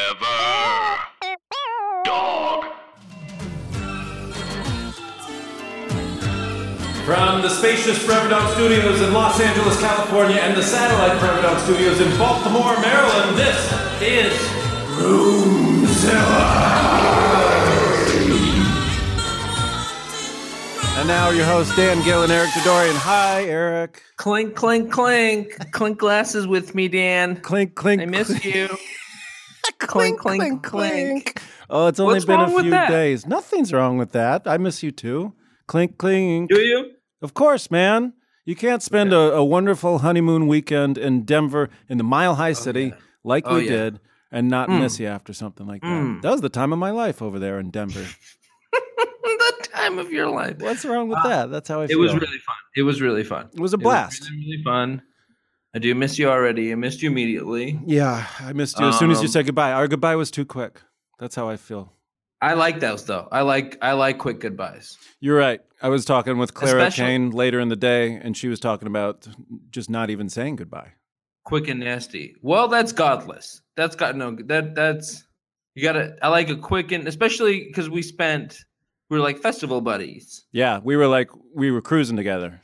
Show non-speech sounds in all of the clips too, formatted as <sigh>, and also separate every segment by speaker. Speaker 1: Forever. Dog.
Speaker 2: From the spacious Forever Dog Studios in Los Angeles, California, and the satellite Forever Dog Studios in Baltimore, Maryland, this is
Speaker 3: And now your host Dan Gill and Eric Dodorian. Hi, Eric.
Speaker 4: Clink, clink, clink. clink glasses with me, Dan.
Speaker 3: Clink, clink.
Speaker 4: I
Speaker 3: <laughs>
Speaker 4: miss
Speaker 3: clink.
Speaker 4: you. clink, clink, clink.
Speaker 3: Oh, it's only
Speaker 4: What's
Speaker 3: been
Speaker 4: wrong
Speaker 3: a
Speaker 4: with
Speaker 3: few
Speaker 4: that?
Speaker 3: days. Nothing's wrong with that. I miss you too. Clink, clink.
Speaker 4: Do you?
Speaker 3: Of course, man. You can't spend a, a wonderful honeymoon weekend in Denver, in the Mile High City, like
Speaker 4: Oh,
Speaker 3: we
Speaker 4: yeah. Hmm.
Speaker 3: did, and not miss you after something like that.
Speaker 4: Mm.
Speaker 3: That was the time of my life over there
Speaker 4: <laughs>
Speaker 3: in Denver.
Speaker 4: the time of your life.
Speaker 3: What's wrong with that? That's how I
Speaker 4: Uh, It
Speaker 3: feel.
Speaker 4: was really fun. It was really fun.
Speaker 3: It was a blast.
Speaker 4: It was really, really fun. I do miss you already. I missed you immediately.
Speaker 3: yeah, I missed you as soon as you
Speaker 4: Um,
Speaker 3: said goodbye. Our goodbye was too quick. That's how I feel.
Speaker 4: I like those though. I like I like quick goodbyes.
Speaker 3: You're right. I was talking with Clara
Speaker 4: Especially-
Speaker 3: Kane later in the day, and she was talking about just not even saying goodbye.
Speaker 4: Quick and nasty. Well, that's godless. That's got no that that's you gotta I like a quick and especially because we spent we were like festival buddies.
Speaker 3: Yeah, we were like we were cruising together.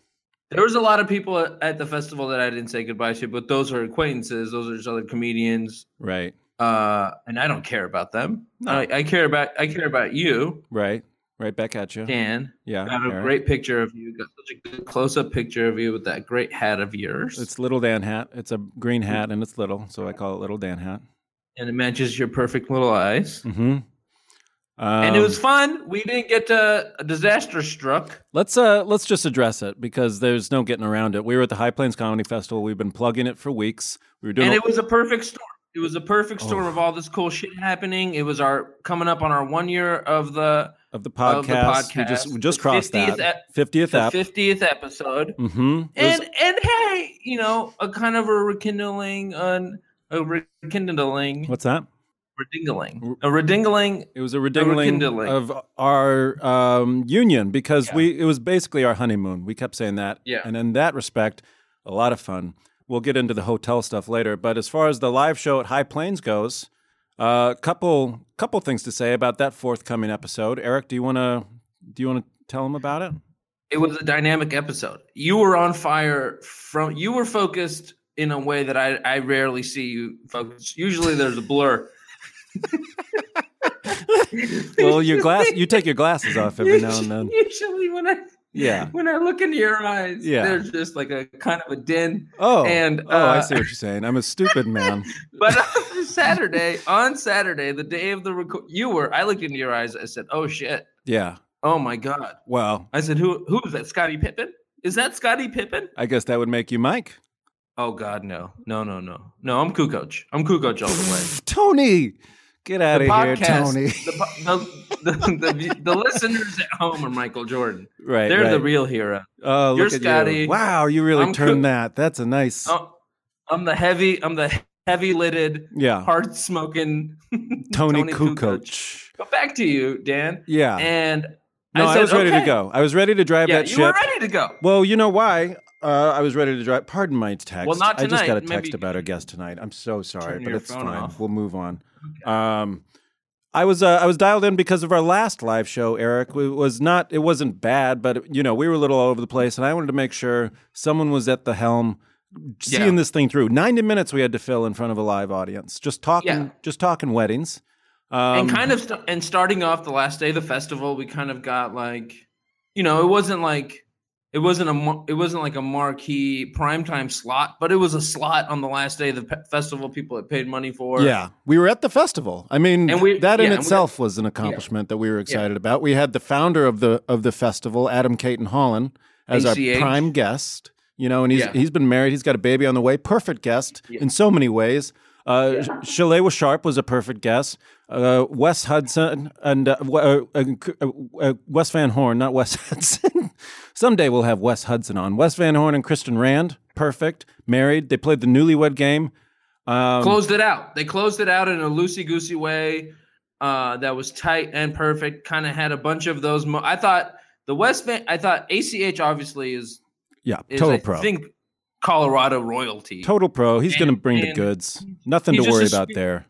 Speaker 4: There was a lot of people at- at the festival that I didn't say goodbye to, but those are acquaintances. Those are just other comedians,
Speaker 3: Right.
Speaker 4: uh, and I don't care about them. I, I care about I care about you,
Speaker 3: Right. Right back at you.
Speaker 4: Dan.
Speaker 3: Yeah.
Speaker 4: Got a
Speaker 3: Eric.
Speaker 4: great picture of you. Got such a good close up picture of you with that great hat of yours,
Speaker 3: It's little Dan hat. It's a green hat, and it's little, so I call it little Dan hat.
Speaker 4: and it matches your perfect little eyes.
Speaker 3: Mm-hmm. Um,
Speaker 4: and it was fun. We didn't get to a disaster struck.
Speaker 3: Let's uh let's just address it because there's no getting around it. We were at the High Plains Comedy Festival. We've been plugging it for weeks. We were doing
Speaker 4: and
Speaker 3: a-
Speaker 4: it was a perfect storm. It was a perfect
Speaker 3: Oh.
Speaker 4: storm of all this cool shit happening. It was our coming up on our one year of the
Speaker 3: of the
Speaker 4: of the
Speaker 3: podcast. We just
Speaker 4: podcast.
Speaker 3: we just
Speaker 4: The
Speaker 3: crossed
Speaker 4: 50th
Speaker 3: that fiftieth app.
Speaker 4: fiftieth episode.
Speaker 3: Mm-hmm.
Speaker 4: And and hey, you know, a kind of a rekindling, an, a rekindling,
Speaker 3: what's that?
Speaker 4: redingling, a redingling.
Speaker 3: It was a
Speaker 4: rekindling.
Speaker 3: redingling of our um, union because
Speaker 4: Yeah.
Speaker 3: we it was basically our honeymoon. We kept saying that.
Speaker 4: Yeah.
Speaker 3: And in that respect, a lot of fun. We'll get into the hotel stuff later, but as far as the live show at High Plains goes, a uh, couple couple things to say about that forthcoming episode. Eric, do you want to do you want to tell them about it?
Speaker 4: It was a dynamic episode. You were on fire from. You were focused in a way that I I rarely see you focus. Usually there's a blur.
Speaker 3: <laughs> Well, your glass
Speaker 4: <laughs>
Speaker 3: you take your glasses off every now and then.
Speaker 4: Usually when I
Speaker 3: Yeah.
Speaker 4: when I look into your eyes,
Speaker 3: Yeah.
Speaker 4: there's just like a kind of a din.
Speaker 3: Oh.
Speaker 4: And,
Speaker 3: oh, I
Speaker 4: uh,
Speaker 3: see what you're saying. I'm a stupid man.
Speaker 4: <laughs> But on Saturday, on Saturday, the day of the record, you were. I looked into your eyes. I said, "Oh shit!
Speaker 3: Yeah.
Speaker 4: Oh my god!"
Speaker 3: Well,
Speaker 4: I said, "Who? Who is that? Scottie Pippen? Is that Scottie Pippen?"
Speaker 3: I guess that would make you Mike.
Speaker 4: Oh God, no, no, no, no, no! I'm Kukoc. I'm Kukoc all the way.
Speaker 3: Tony, get out
Speaker 4: The
Speaker 3: of here,
Speaker 4: podcast,
Speaker 3: Tony.
Speaker 4: the, po- the, the, the, the listeners at home are Michael Jordan.
Speaker 3: right,
Speaker 4: They're the
Speaker 3: right.
Speaker 4: real hero.
Speaker 3: Oh,
Speaker 4: you're
Speaker 3: look at
Speaker 4: Scotty.
Speaker 3: you. Wow, you really
Speaker 4: I'm
Speaker 3: turned
Speaker 4: Cook.
Speaker 3: that. That's a nice.
Speaker 4: Oh, I'm the heavy. I'm the heavy lidded,
Speaker 3: yeah,
Speaker 4: hard smoking
Speaker 3: Tony,
Speaker 4: Tony
Speaker 3: Kukoc.
Speaker 4: But back to you, Dan.
Speaker 3: Yeah.
Speaker 4: And
Speaker 3: Ah. no, I,
Speaker 4: said,
Speaker 3: was ready
Speaker 4: "Okay."
Speaker 3: to go. I was ready to drive
Speaker 4: Yeah,
Speaker 3: that
Speaker 4: you
Speaker 3: ship.
Speaker 4: were ready to go.
Speaker 3: Well, you know why? Uh, I was ready to drive. Pardon my text.
Speaker 4: Well, not
Speaker 3: I just got a
Speaker 4: tonight. Maybe
Speaker 3: text
Speaker 4: you
Speaker 3: about
Speaker 4: can
Speaker 3: our guest tonight. I'm so sorry,
Speaker 4: turn
Speaker 3: but
Speaker 4: your
Speaker 3: it's
Speaker 4: phone
Speaker 3: fine.
Speaker 4: off.
Speaker 3: We'll move on. Um, I was uh, I was dialed in because of our last live show, Eric. It was not it wasn't bad, but you know we were a little all over the place, and I wanted to make sure someone was at the helm, seeing
Speaker 4: Yeah.
Speaker 3: this thing through. Ninety minutes we had to fill in front of a live audience, just talking,
Speaker 4: Yeah.
Speaker 3: just talking weddings. Um,
Speaker 4: and kind of st- and starting off the last day of the festival we kind of got like you know it wasn't like it wasn't a mar- it wasn't like a marquee primetime slot but it was a slot on the last day of the pe- festival people had paid money for
Speaker 3: Yeah, we were at the festival. I mean,
Speaker 4: And we-
Speaker 3: that
Speaker 4: yeah,
Speaker 3: in
Speaker 4: and we-
Speaker 3: itself was an accomplishment that we were excited about. We had the founder of the of the festival, Adam Caton Holland, as our
Speaker 4: ACH.
Speaker 3: prime guest. You know, and he's
Speaker 4: Yeah.
Speaker 3: he's been married. He's got a baby on the way. Perfect guest in so many ways. Uh, Shalewa Sharp was a perfect guest. Uh, Wes Hudson and uh, W- uh, uh, uh, Wes Van Horn, not Wes <laughs> Hudson. Someday we'll have Wes Hudson on. Wes Van Horn and Kristen Rand, perfect, married. They played the newlywed game. Um,
Speaker 4: closed it out they closed it out in a loosey goosey way uh, that was tight and perfect kind of had a bunch of those mo- i thought the west van i thought ach obviously is
Speaker 3: yeah,
Speaker 4: is
Speaker 3: total
Speaker 4: i
Speaker 3: pro.
Speaker 4: think colorado royalty
Speaker 3: Total pro. He's going to bring the
Speaker 4: and
Speaker 3: goods. Nothing
Speaker 4: he
Speaker 3: to
Speaker 4: just
Speaker 3: worry
Speaker 4: is-
Speaker 3: about there.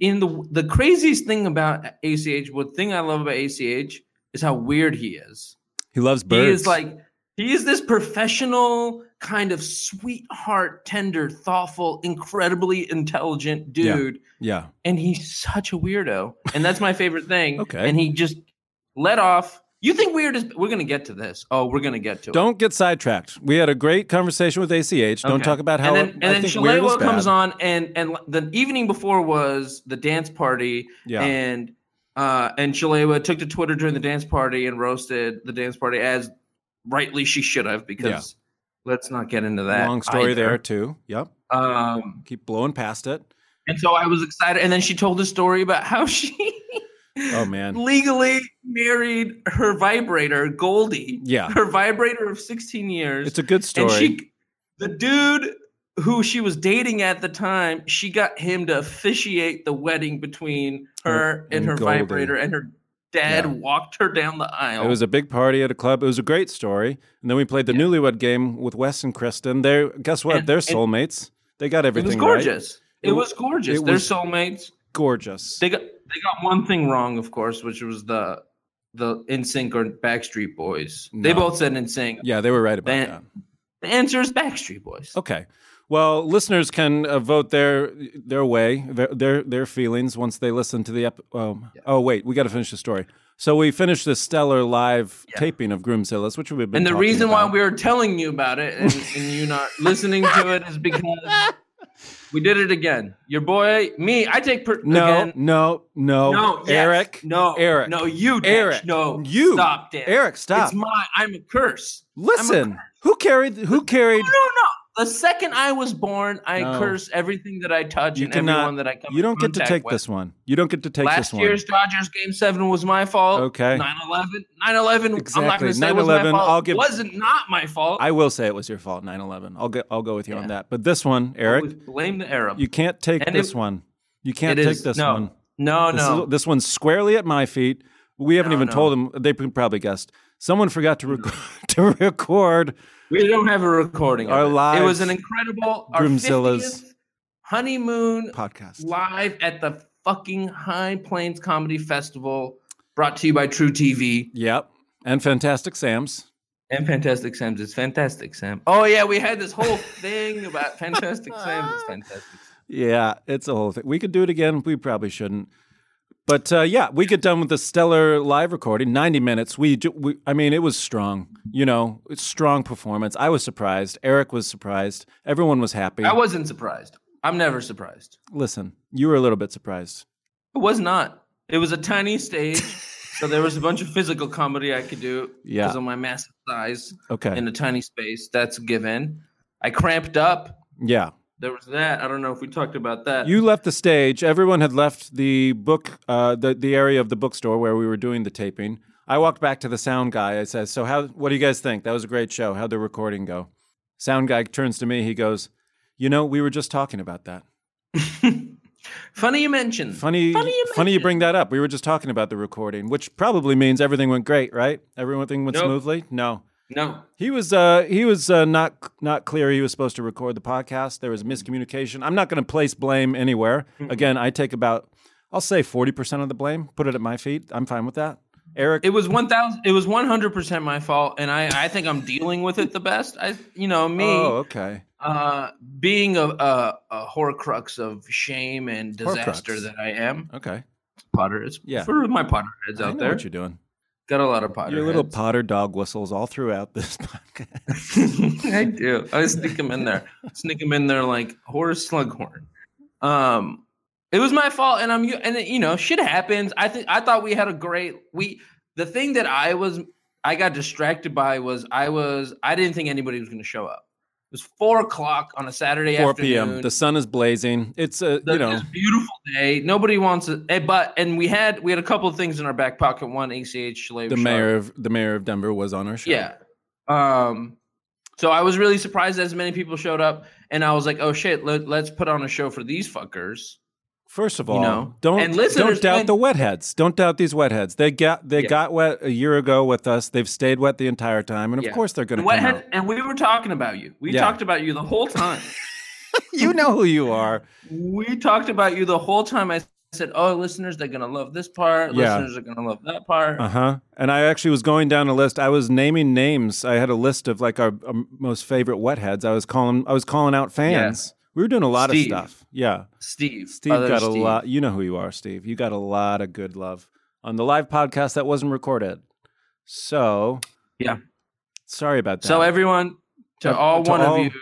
Speaker 4: in the the craziest thing about ACH, what thing I love about ACH is how weird he is.
Speaker 3: He loves birds.
Speaker 4: He is like he is this professional kind of sweetheart, tender, thoughtful, incredibly intelligent dude,
Speaker 3: yeah.
Speaker 4: and he's such a weirdo. And that's my favorite thing.
Speaker 3: <laughs> Okay.
Speaker 4: and he just let off. You think weird is? We're gonna get to this. Oh, we're gonna get to it.
Speaker 3: Don't get sidetracked. We had a great conversation with ACH. Don't
Speaker 4: Okay.
Speaker 3: talk about how
Speaker 4: and then,
Speaker 3: I
Speaker 4: and then
Speaker 3: think weird is
Speaker 4: Shalewa comes
Speaker 3: bad.
Speaker 4: on, and and the evening before was the dance party,
Speaker 3: Yeah.
Speaker 4: and uh, and Shalewa took to Twitter during the dance party and roasted the dance party as rightly she should have because let's not get into that
Speaker 3: Long story
Speaker 4: either.
Speaker 3: there too. Yep.
Speaker 4: Um,
Speaker 3: Keep blowing past it.
Speaker 4: and so I was excited, and then she told a story about how <laughs> she
Speaker 3: Oh man.
Speaker 4: legally married her vibrator Goldie,
Speaker 3: Yeah.
Speaker 4: her vibrator of sixteen years.
Speaker 3: It's a good story.
Speaker 4: And she, the dude who she was dating at the time, she got him to officiate the wedding between her and,
Speaker 3: and
Speaker 4: her
Speaker 3: Goldie.
Speaker 4: vibrator, and her dad
Speaker 3: Yeah.
Speaker 4: walked her down the aisle.
Speaker 3: It was a big party at a club. It was a great story. And then we played the newlywed game with Wes and Kristen. They're guess what?
Speaker 4: And-
Speaker 3: They're
Speaker 4: and-
Speaker 3: soulmates. they got
Speaker 4: It was
Speaker 3: everything right.
Speaker 4: gorgeous. It,
Speaker 3: It-
Speaker 4: was gorgeous.
Speaker 3: it
Speaker 4: They're
Speaker 3: was-
Speaker 4: soulmates.
Speaker 3: Gorgeous.
Speaker 4: They got they got one thing wrong, of course, which was the the in sync or Backstreet Boys. They
Speaker 3: No.
Speaker 4: both said in sync.
Speaker 3: yeah, they were right about
Speaker 4: They-
Speaker 3: that.
Speaker 4: The answer is Backstreet Boys.
Speaker 3: Okay. Well, listeners can uh, vote their their way, their their, their feelings once they listen to the ep- um, Oh wait, we got to finish the story. So we finished this stellar live
Speaker 4: Yeah.
Speaker 3: taping of Groomzillas, which we've been.
Speaker 4: And the
Speaker 3: talking
Speaker 4: reason
Speaker 3: about.
Speaker 4: why we were telling you about it and, and you
Speaker 3: <laughs>
Speaker 4: not listening to it is because we did it again. Your boy, me, I take per-
Speaker 3: no,
Speaker 4: again.
Speaker 3: no, no,
Speaker 4: no, yes,
Speaker 3: Eric,
Speaker 4: no,
Speaker 3: Eric,
Speaker 4: no, you, Dash,
Speaker 3: Eric,
Speaker 4: no,
Speaker 3: you,
Speaker 4: stop, Dan,
Speaker 3: Eric, stop.
Speaker 4: It's my, I'm a curse.
Speaker 3: Listen, who carried? Who carried?
Speaker 4: No, no, no. The second I was born, I
Speaker 3: No.
Speaker 4: curse everything that I touch
Speaker 3: You
Speaker 4: and
Speaker 3: cannot.
Speaker 4: everyone that I come.
Speaker 3: you don't
Speaker 4: in
Speaker 3: get to
Speaker 4: contact
Speaker 3: take
Speaker 4: with.
Speaker 3: this one. You don't get to take
Speaker 4: Last
Speaker 3: this one.
Speaker 4: year's Dodgers Game Seven was my fault.
Speaker 3: Okay.
Speaker 4: 9-11. 9-11. I'm not
Speaker 3: Exactly.
Speaker 4: going to say it was my
Speaker 3: 9/11,
Speaker 4: fault.
Speaker 3: I'll give-
Speaker 4: wasn't not my fault.
Speaker 3: I will say it was your fault. 9-11. I'll go. I'll go with you on
Speaker 4: Yeah.
Speaker 3: that. But this one,
Speaker 4: Always
Speaker 3: Eric,
Speaker 4: blame the Arab.
Speaker 3: you can't take
Speaker 4: And
Speaker 3: this
Speaker 4: it-
Speaker 3: one. You can't
Speaker 4: It
Speaker 3: take
Speaker 4: is-
Speaker 3: this
Speaker 4: no,
Speaker 3: one.
Speaker 4: No,
Speaker 3: This,
Speaker 4: Oh, no.
Speaker 3: is, this one's squarely at my feet. We haven't
Speaker 4: No,
Speaker 3: even
Speaker 4: no. Mm.
Speaker 3: told them. They probably guessed. Someone forgot to record, <laughs> to record.
Speaker 4: we don't have a recording. of
Speaker 3: Our
Speaker 4: it. It was
Speaker 3: lives-
Speaker 4: an incredible our
Speaker 3: Groomzilla's-
Speaker 4: 50th honeymoon
Speaker 3: podcast.
Speaker 4: live at the fucking High Plains Comedy Festival, brought to you by True TV
Speaker 3: Yep. And Fantastic Sam's.
Speaker 4: and Fantastic Sam's. It's Fantastic Sam. Oh yeah, we had this
Speaker 3: <laughs>
Speaker 4: whole thing about Fantastic Sam's. It's fantastic.
Speaker 3: Yeah, it's a whole thing. We could do it again. We probably shouldn't. But uh, yeah, we get done with the stellar live recording, ninety minutes. We, ju- we, I mean, it was strong. You know, it's strong performance. I was surprised. Eric was surprised. Everyone was happy.
Speaker 4: I wasn't surprised. I'm never surprised.
Speaker 3: Listen, you were a little bit surprised.
Speaker 4: It was not. It was a tiny stage, so there was a bunch of physical comedy I could do
Speaker 3: <laughs> Yeah.
Speaker 4: of my massive size.
Speaker 3: Okay.
Speaker 4: in a tiny space. That's a given. I cramped up.
Speaker 3: yeah.
Speaker 4: There was that. I don't know if we talked about that.
Speaker 3: You left the stage. Everyone had left the book, uh, the the area of the bookstore where we were doing the taping. I walked back to the sound guy. I said, "So how? What do you guys think? That was a great show. How'd the recording go?" Sound guy turns to me. He goes, "You know, we were just talking about that.
Speaker 4: funny you mentioned.
Speaker 3: Funny, funny you, bring that up. We were just talking about the recording, which probably means everything went great, right? Everything went
Speaker 4: Nope.
Speaker 3: smoothly. No,
Speaker 4: No.
Speaker 3: he was uh, he was uh, not not clear. He was supposed to record the podcast. There was miscommunication. I'm not going to place blame anywhere. Again, I take about I'll say 40 percent of the blame. Put it at my feet. I'm fine with that. Eric,
Speaker 4: It was one thousand. It was one hundred percent my fault, and I, I think I'm dealing with it the best. I, you know, me
Speaker 3: oh okay,
Speaker 4: uh, being a, a a horcrux of shame and disaster
Speaker 3: Horcrux.
Speaker 4: that I am.
Speaker 3: okay.
Speaker 4: Potter, it's
Speaker 3: Yeah.
Speaker 4: for my Potter heads
Speaker 3: I
Speaker 4: out
Speaker 3: know
Speaker 4: there.
Speaker 3: what you're doing.
Speaker 4: Got a lot of Potter.
Speaker 3: Your little Potter dog whistles all throughout this <laughs> podcast.
Speaker 4: I <laughs> do. I sneak them in there. Sneak them in there like Horace Slughorn. Um, it was my fault, and I'm and you know shit happens. I think I thought we had a great we. The thing that I was I got distracted by was I was I didn't think anybody was going to show up. It was four o'clock on a Saturday
Speaker 3: 4
Speaker 4: afternoon.
Speaker 3: p.m. The sun is blazing. It's a
Speaker 4: The-
Speaker 3: you know
Speaker 4: this beautiful day. Nobody wants it, eh, but and we had we had a couple of things in our back pocket. One ACH,
Speaker 3: the mayor of the mayor of Denver was on our show.
Speaker 4: yeah. Um, so I was really surprised as many people showed up, and I was like, "Oh shit, let, let's put on a show for these fuckers."
Speaker 3: First of
Speaker 4: You
Speaker 3: all,
Speaker 4: know?
Speaker 3: don't
Speaker 4: And listeners,
Speaker 3: don't doubt
Speaker 4: when-
Speaker 3: the wetheads. Don't doubt these wetheads. They got they
Speaker 4: Yeah.
Speaker 3: got wet a year ago with us. They've stayed wet the entire time, and of
Speaker 4: Yeah.
Speaker 3: course they're going
Speaker 4: And,
Speaker 3: to come
Speaker 4: what had-
Speaker 3: out.
Speaker 4: and we were talking about you. We
Speaker 3: Yeah.
Speaker 4: talked about you the whole time.
Speaker 3: you know who you
Speaker 4: <laughs>
Speaker 3: are.
Speaker 4: We talked about you the whole time. I said, "Oh, listeners, they're gonna love this part.
Speaker 3: Yeah.
Speaker 4: Listeners are gonna love that part."
Speaker 3: Uh huh. And I actually was going down a list. I was naming names. I had a list of like our, um most favorite wetheads. I was calling. I was calling out fans. We were doing a lot
Speaker 4: Steve.
Speaker 3: of stuff. Yeah.
Speaker 4: Steve,
Speaker 3: Steve
Speaker 4: other
Speaker 3: got a
Speaker 4: Steve.
Speaker 3: lot. You know who you are, Steve. You got a lot of good love on the live podcast that wasn't recorded. So
Speaker 4: Yeah.
Speaker 3: Sorry about that.
Speaker 4: So everyone, to
Speaker 3: To-
Speaker 4: all
Speaker 3: Uh, to
Speaker 4: one
Speaker 3: all-
Speaker 4: of you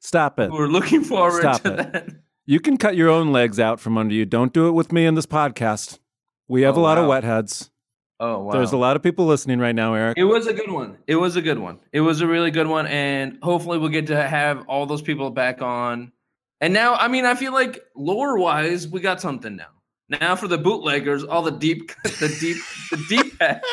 Speaker 3: Stop it.
Speaker 4: who are looking forward
Speaker 3: Stop
Speaker 4: to
Speaker 3: it.
Speaker 4: that,
Speaker 3: You can cut your own legs out from under you. Don't do it with me in this podcast. We have
Speaker 4: Oh,
Speaker 3: a lot
Speaker 4: wow.
Speaker 3: of wetheads.
Speaker 4: oh wow,
Speaker 3: There's a lot of people listening right now, Eric.
Speaker 4: It was a good one. It was a good one. It was a really good one, and hopefully we'll get to have all those people back on. And now, I mean, I feel like lore wise, we got something now. Now for the bootleggers, all the deep, <laughs> the deep, the deep <laughs> packs.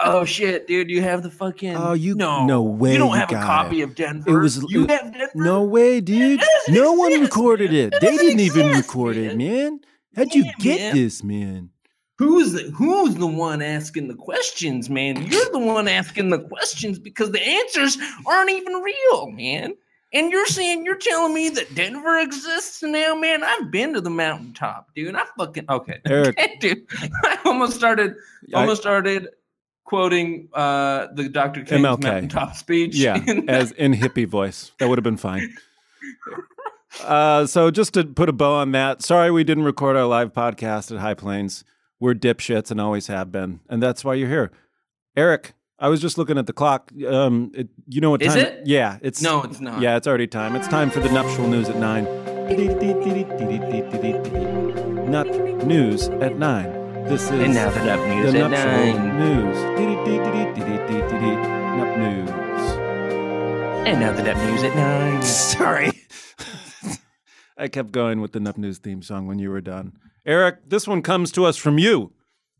Speaker 4: oh shit, dude! You have the fucking.
Speaker 3: Oh, you-
Speaker 4: no
Speaker 3: no way
Speaker 4: You don't
Speaker 3: you
Speaker 4: have a
Speaker 3: got
Speaker 4: copy
Speaker 3: it.
Speaker 4: of Denver.
Speaker 3: It was-
Speaker 4: you
Speaker 3: it-
Speaker 4: have Denver.
Speaker 3: No way, dude.
Speaker 4: doesn't
Speaker 3: No one
Speaker 4: exist,
Speaker 3: recorded
Speaker 4: man.
Speaker 3: it.
Speaker 4: It
Speaker 3: They
Speaker 4: doesn't
Speaker 3: didn't even
Speaker 4: exist,
Speaker 3: record it, man. How'd
Speaker 4: Yeah,
Speaker 3: you get
Speaker 4: man.
Speaker 3: this, man?
Speaker 4: Who's the who's the one asking the questions, man? You're the one asking the questions because the answers aren't even real, man. And you're saying you're telling me that Denver exists now, man. I've been to the mountaintop, dude. I fucking <laughs> okay,
Speaker 3: Eric.
Speaker 4: dude. I almost started
Speaker 3: I-
Speaker 4: almost started quoting uh the Dr. King's
Speaker 3: MLK.
Speaker 4: mountaintop speech. <laughs>
Speaker 3: yeah,
Speaker 4: in
Speaker 3: as in hippie voice. That would have been fine. Uh, so just to put a bow on that, sorry we didn't record our live podcast at High Plains. We're dipshits and always have been, and that's why you're here, Eric. I was just looking at the clock. Um, it, you know what
Speaker 4: Is
Speaker 3: time?
Speaker 4: it?
Speaker 3: Yeah, it's
Speaker 4: No, it's not.
Speaker 3: Yeah, it's already time. It's time for the nuptial news at nine. Nut news at nine. This is
Speaker 4: and now the up news
Speaker 3: the
Speaker 4: at
Speaker 3: nuptial
Speaker 4: nine.
Speaker 3: news. Nup news.
Speaker 4: And now the up news at nine. <laughs>
Speaker 3: Sorry. I kept going with the Nup News theme song when you were done. Eric, this one comes to us from you.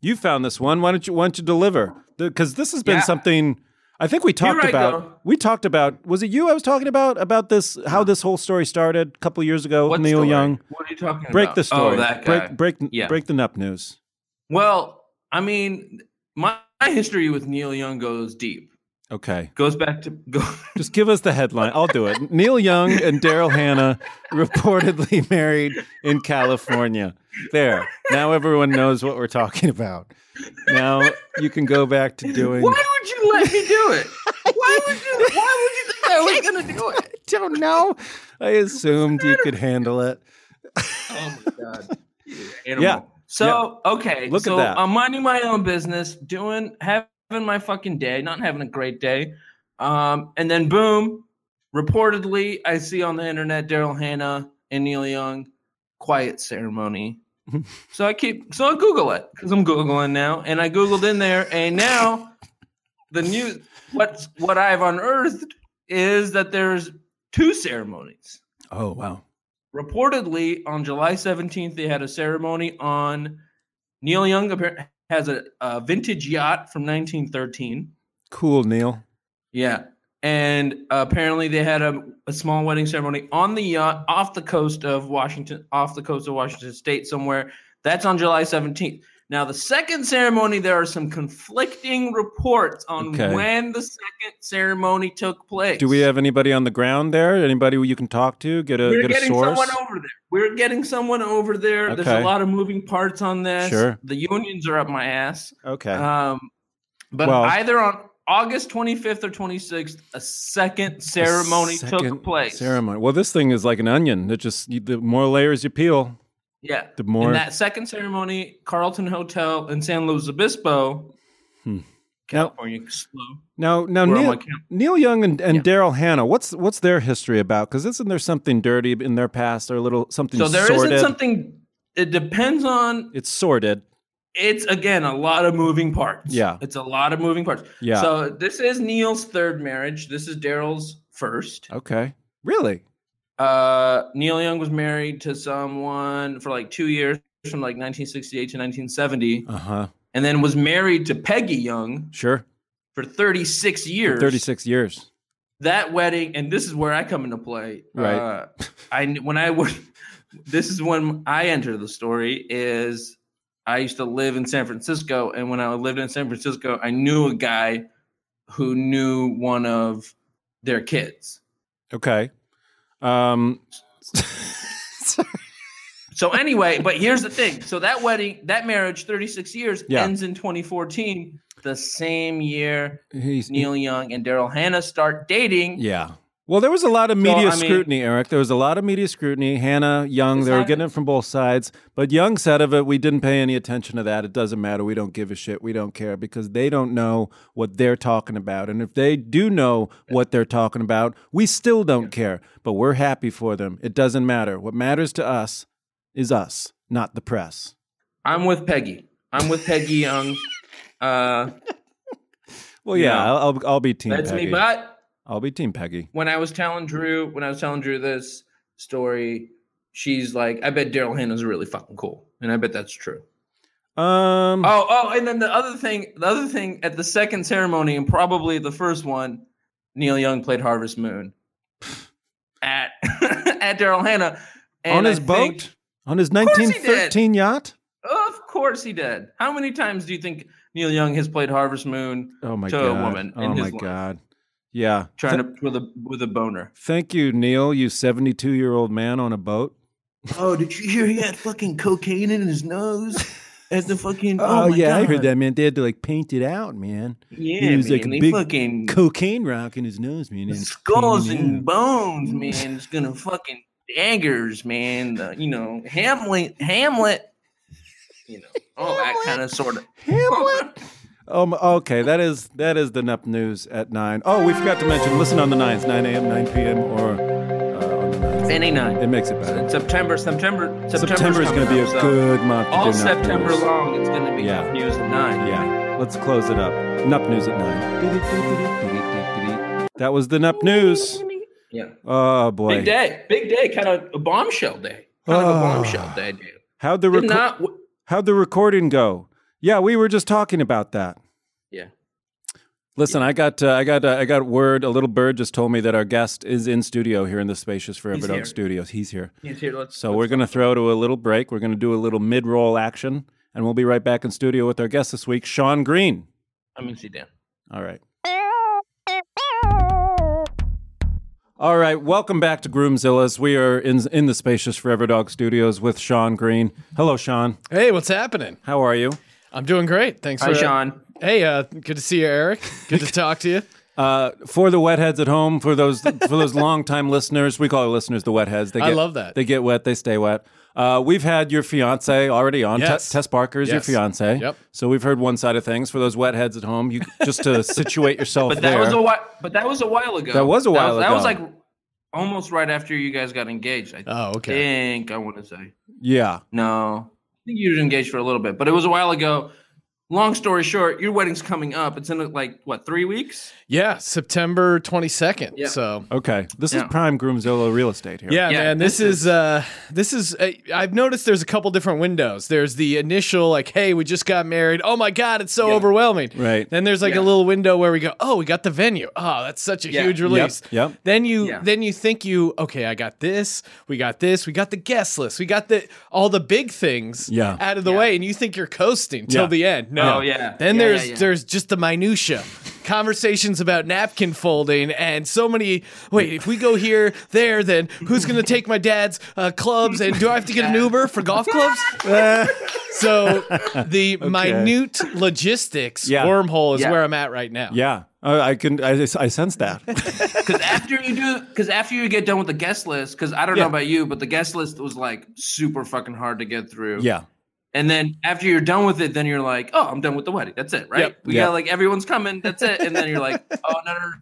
Speaker 3: You found this one. Why don't you why don't you deliver? Because this has been
Speaker 4: Yeah.
Speaker 3: something I think we talked
Speaker 4: I
Speaker 3: about.
Speaker 4: go.
Speaker 3: We talked about was it you I was talking about about this how this whole story started a couple years ago.
Speaker 4: What
Speaker 3: Neil
Speaker 4: story?
Speaker 3: Young.
Speaker 4: What are you talking
Speaker 3: Break
Speaker 4: about?
Speaker 3: the story.
Speaker 4: Oh, that guy.
Speaker 3: Break break
Speaker 4: Yeah.
Speaker 3: break the Nup News.
Speaker 4: Well, I mean, my, my history with Neil Young goes deep.
Speaker 3: Okay.
Speaker 4: Goes back to go,
Speaker 3: Just give us the headline. I'll do it. Neil Young and Daryl Hannah reportedly <laughs> married in California. There. Now everyone knows what we're talking about. Now you can go back to doing.
Speaker 4: Why would you let me do it? Why would you? Why would you think I was gonna do
Speaker 3: <laughs> I don't know. I assumed you could handle it.
Speaker 4: it? Oh my
Speaker 3: <laughs>
Speaker 4: god! Animal.
Speaker 3: Yeah.
Speaker 4: So okay.
Speaker 3: Look at
Speaker 4: so
Speaker 3: that.
Speaker 4: I'm minding my own business, doing having my fucking day, not having a great day, um, and then boom. Reportedly, I see on the internet Daryl Hannah and Neil Young quiet
Speaker 3: <laughs>
Speaker 4: ceremony. so I keep so I Google it because I'm googling now, and I googled in there, and now the news what's what I've unearthed is that there's two ceremonies.
Speaker 3: Oh, wow.
Speaker 4: Reportedly, on July 17th, they had a ceremony on Neil Young appar- has a, a vintage yacht from 1913.
Speaker 3: Cool, Neil.
Speaker 4: Yeah. And apparently they had a, a small wedding ceremony on the yacht off the coast of Washington, off the coast of Washington State somewhere. That's on July 17th. Now, the second ceremony, there are some conflicting reports on
Speaker 3: Okay.
Speaker 4: when the second ceremony took place.
Speaker 3: Do we have anybody on the ground there? Anybody you can talk to? Get a,
Speaker 4: We're
Speaker 3: get a
Speaker 4: getting
Speaker 3: source?
Speaker 4: someone over there. We're getting someone over there. There's
Speaker 3: Okay.
Speaker 4: a lot of moving parts on this.
Speaker 3: Sure.
Speaker 4: The unions are up my ass.
Speaker 3: Okay.
Speaker 4: Um, but
Speaker 3: Well-
Speaker 4: either on August 25th or 26th, a second ceremony
Speaker 3: Second
Speaker 4: took place.
Speaker 3: Ceremony. Well, this thing is like an onion. It just, you- the more layers you peel,
Speaker 4: Yeah.
Speaker 3: the more.
Speaker 4: And that second ceremony, Carlton Hotel in San Luis Obispo,
Speaker 3: Hmm.
Speaker 4: California. slow.
Speaker 3: Now, now,
Speaker 4: We're on my
Speaker 3: Neil,
Speaker 4: count.
Speaker 3: Neil Young and, and
Speaker 4: Yeah.
Speaker 3: Daryl Hannah, what's what's their history about? Because isn't there something dirty in their past or a little something
Speaker 4: So there
Speaker 3: sordid?
Speaker 4: not something. It depends on.
Speaker 3: it's sordid.
Speaker 4: It's again a lot of moving parts.
Speaker 3: Yeah.
Speaker 4: It's a lot of moving parts.
Speaker 3: Yeah.
Speaker 4: So this is Neil's third marriage. This is Daryl's first.
Speaker 3: okay. Really?
Speaker 4: Uh, Neil Young was married to someone for like two years from like 1968 to 1970,
Speaker 3: Uh huh.
Speaker 4: and then was married to Peggy Young
Speaker 3: Sure.
Speaker 4: for 36 years.
Speaker 3: Thirty six years.
Speaker 4: That wedding, and this is where I come into play.
Speaker 3: Right.
Speaker 4: Uh, I when I would, this is when I enter the story. Is I used to live in San Francisco, and when I lived in San Francisco, I knew a guy who knew one of their kids.
Speaker 3: Okay. Um, <laughs>
Speaker 4: So anyway, but here's the thing. So that wedding, that marriage, 36 years,
Speaker 3: Yeah.
Speaker 4: ends in 2014, the same year
Speaker 3: he's,
Speaker 4: Neil Young and Daryl Hannah start dating.
Speaker 3: yeah. Well, there was a lot of media
Speaker 4: I mean-
Speaker 3: scrutiny, Eric. There was a lot of media scrutiny. Hannah, Young,
Speaker 4: This
Speaker 3: they were
Speaker 4: happened.
Speaker 3: getting it from both sides. But Young said of it, we didn't pay any attention to that. It doesn't matter. We don't give a shit. We don't care because they don't know what they're talking about. And if they do know what they're talking about, we still don't care. But we're happy for them. It doesn't matter. What matters to us is us, not the press.
Speaker 4: I'm with Peggy. I'm with Peggy
Speaker 3: <laughs>
Speaker 4: Young. Uh,
Speaker 3: Well, yeah,
Speaker 4: Yeah.
Speaker 3: I'll, I'll, I'll be team
Speaker 4: that's
Speaker 3: Peggy.
Speaker 4: me. But
Speaker 3: I'll be team Peggy.
Speaker 4: when I was telling Drew, when I was telling Drew this story, she's like, I bet Daryl Hannah's really fucking cool. And I bet that's true.
Speaker 3: Um,
Speaker 4: Oh, oh, and then the other thing, the other thing at the second ceremony and probably the first one, Neil Young played Harvest Moon at <laughs> at Daryl Hannah and
Speaker 3: on his
Speaker 4: I
Speaker 3: boat?
Speaker 4: think-
Speaker 3: on his
Speaker 4: course he did.
Speaker 3: 1913 yacht?
Speaker 4: of course he did. How many times do you think Neil Young has played Harvest Moon
Speaker 3: Oh my
Speaker 4: to a
Speaker 3: god.
Speaker 4: woman in
Speaker 3: oh
Speaker 4: his
Speaker 3: my
Speaker 4: life.
Speaker 3: god. Yeah.
Speaker 4: trying
Speaker 3: Th-
Speaker 4: to with a with a boner?
Speaker 3: Thank you, Neil, you 72-year-old man on a boat.
Speaker 4: Oh, did you hear he had fucking cocaine in his nose? As the
Speaker 3: <laughs>
Speaker 4: fucking
Speaker 3: Oh,
Speaker 4: oh
Speaker 3: that, man. They had to like paint it out, man.
Speaker 4: Yeah,
Speaker 3: He was like
Speaker 4: man,
Speaker 3: a
Speaker 4: they
Speaker 3: big
Speaker 4: fucking
Speaker 3: Cocaine rock in his nose,
Speaker 4: <laughs>
Speaker 3: man. and
Speaker 4: skulls
Speaker 3: painted
Speaker 4: and
Speaker 3: out.
Speaker 4: bones, man. It's gonna fucking daggers, man. The, you know, Hamlet, Hamlet. You know, all that kind of sort of.
Speaker 3: <laughs>
Speaker 4: <laughs>
Speaker 3: Hamlet. Um, okay, that is that is the NUP news at nine. Oh, we forgot to mention. Listen on the nines, nine a.m., nine p.m., or uh, on the nines.
Speaker 4: Any
Speaker 3: It
Speaker 4: night.
Speaker 3: makes it better.
Speaker 4: September, September, September's
Speaker 3: September is going to be
Speaker 4: coming
Speaker 3: a
Speaker 4: up, so
Speaker 3: good month. to
Speaker 4: All
Speaker 3: do NUP
Speaker 4: September
Speaker 3: news.
Speaker 4: long, it's going to be
Speaker 3: Yeah.
Speaker 4: yeah. news at nine.
Speaker 3: Yeah, let's close it up. NUP news at nine. That was the NUP news.
Speaker 4: Yeah.
Speaker 3: Oh boy.
Speaker 4: Big day, big day, kind of a bombshell day, kind of
Speaker 3: Oh.
Speaker 4: a bombshell day, dude.
Speaker 3: How'd the
Speaker 4: Did
Speaker 3: reco-
Speaker 4: not. w-
Speaker 3: how'd the recording go? Yeah, we were just talking about that.
Speaker 4: Yeah.
Speaker 3: Listen, I got uh, I got uh, I got word. A little bird just told me that our guest is in studio here in the spacious Forever
Speaker 4: He's
Speaker 3: Dog
Speaker 4: here.
Speaker 3: Studios. He's here,
Speaker 4: He's here. Let's,
Speaker 3: so
Speaker 4: let's-
Speaker 3: we're gonna throw to a little break. We're gonna do a little mid roll action, and we'll be right back in studio with our guest this week, Sean Green.
Speaker 4: Let me see Dan.
Speaker 3: All right.
Speaker 1: Dog.
Speaker 3: All right, welcome back to Groomzillas. We are in in the spacious Forever Dog Studios with Sean Green. Hello, Sean.
Speaker 5: Hey, what's happening?
Speaker 3: How are you?
Speaker 5: I'm doing great. Thanks
Speaker 4: Hi,
Speaker 5: for
Speaker 4: Sean.
Speaker 5: Hey, uh, good to see you, Eric. Good
Speaker 4: <laughs>
Speaker 5: to talk to you.
Speaker 3: Uh, for the wetheads at home, for those for
Speaker 5: <laughs>
Speaker 3: those longtime listeners, we call our listeners the wetheads. They
Speaker 5: I
Speaker 3: get,
Speaker 5: love that.
Speaker 3: They get wet, they stay wet. Uh, we've had your fiance already on. Te-
Speaker 5: Yes.
Speaker 3: Tess Barker is your
Speaker 5: Yes.
Speaker 3: fiance.
Speaker 5: Yep.
Speaker 3: So we've heard one side of things. For those wetheads at home, you just
Speaker 5: <laughs>
Speaker 3: to situate yourself
Speaker 4: But that
Speaker 3: there.
Speaker 4: was a while. But that was a while ago.
Speaker 3: That was a while
Speaker 4: That was
Speaker 3: ago.
Speaker 4: like almost right after you guys got engaged. I
Speaker 5: Oh, okay.
Speaker 4: think I want to say
Speaker 3: yeah.
Speaker 4: no. I think you were engaged for a little bit, but it was a while ago. Long story short, your wedding's coming up. It's in like what three weeks?
Speaker 5: Yeah, September 22nd.
Speaker 4: Yeah.
Speaker 5: So.
Speaker 3: Okay. This is
Speaker 4: Yeah.
Speaker 3: prime Groomzilla real estate here.
Speaker 5: Yeah,
Speaker 4: Yeah,
Speaker 5: man. This,
Speaker 4: this
Speaker 5: is, uh this is uh, I've noticed there's a couple different windows. There's the initial like, "Hey, we just got married. Oh my god, it's so
Speaker 4: Yeah.
Speaker 5: overwhelming."
Speaker 3: Right.
Speaker 5: Then there's like
Speaker 4: Yeah.
Speaker 5: a little window where we go, "Oh, we got the venue. Oh, that's such a
Speaker 4: Yeah.
Speaker 5: huge release."
Speaker 3: Yep. yep.
Speaker 5: Then you
Speaker 4: Yeah.
Speaker 5: then you think you, "Okay, I got this. We got this. We got the guest list. We got the all the big things
Speaker 3: Yeah.
Speaker 5: out of the
Speaker 4: Yeah.
Speaker 5: way." And you think you're coasting till
Speaker 3: Yeah.
Speaker 5: the end. No.
Speaker 4: Oh, yeah.
Speaker 5: Then
Speaker 4: Yeah,
Speaker 5: there's
Speaker 4: yeah, yeah.
Speaker 5: there's just the minutia. Conversations about napkin folding and so many. Wait, if we go here, there, then who's going to take my dad's uh, clubs? And do I have to get an Uber for golf clubs? so
Speaker 4: <laughs>
Speaker 5: the minute logistics
Speaker 3: Yeah.
Speaker 5: wormhole is
Speaker 4: Yeah.
Speaker 5: where I'm at right now.
Speaker 3: <laughs> Yeah. Uh, I can. I, I sense that.
Speaker 5: <laughs>
Speaker 4: Because after you do, because after you get done with the guest list, because I don't
Speaker 3: Yeah.
Speaker 4: know about you, but the guest list was like super fucking hard to get through.
Speaker 3: yeah.
Speaker 4: And then after you're done with it, then you're like, oh, I'm done with the wedding. That's it, right?
Speaker 5: Yep.
Speaker 4: We
Speaker 3: Yeah.
Speaker 4: got like everyone's coming. That's it. And then you're like, oh no, no, no,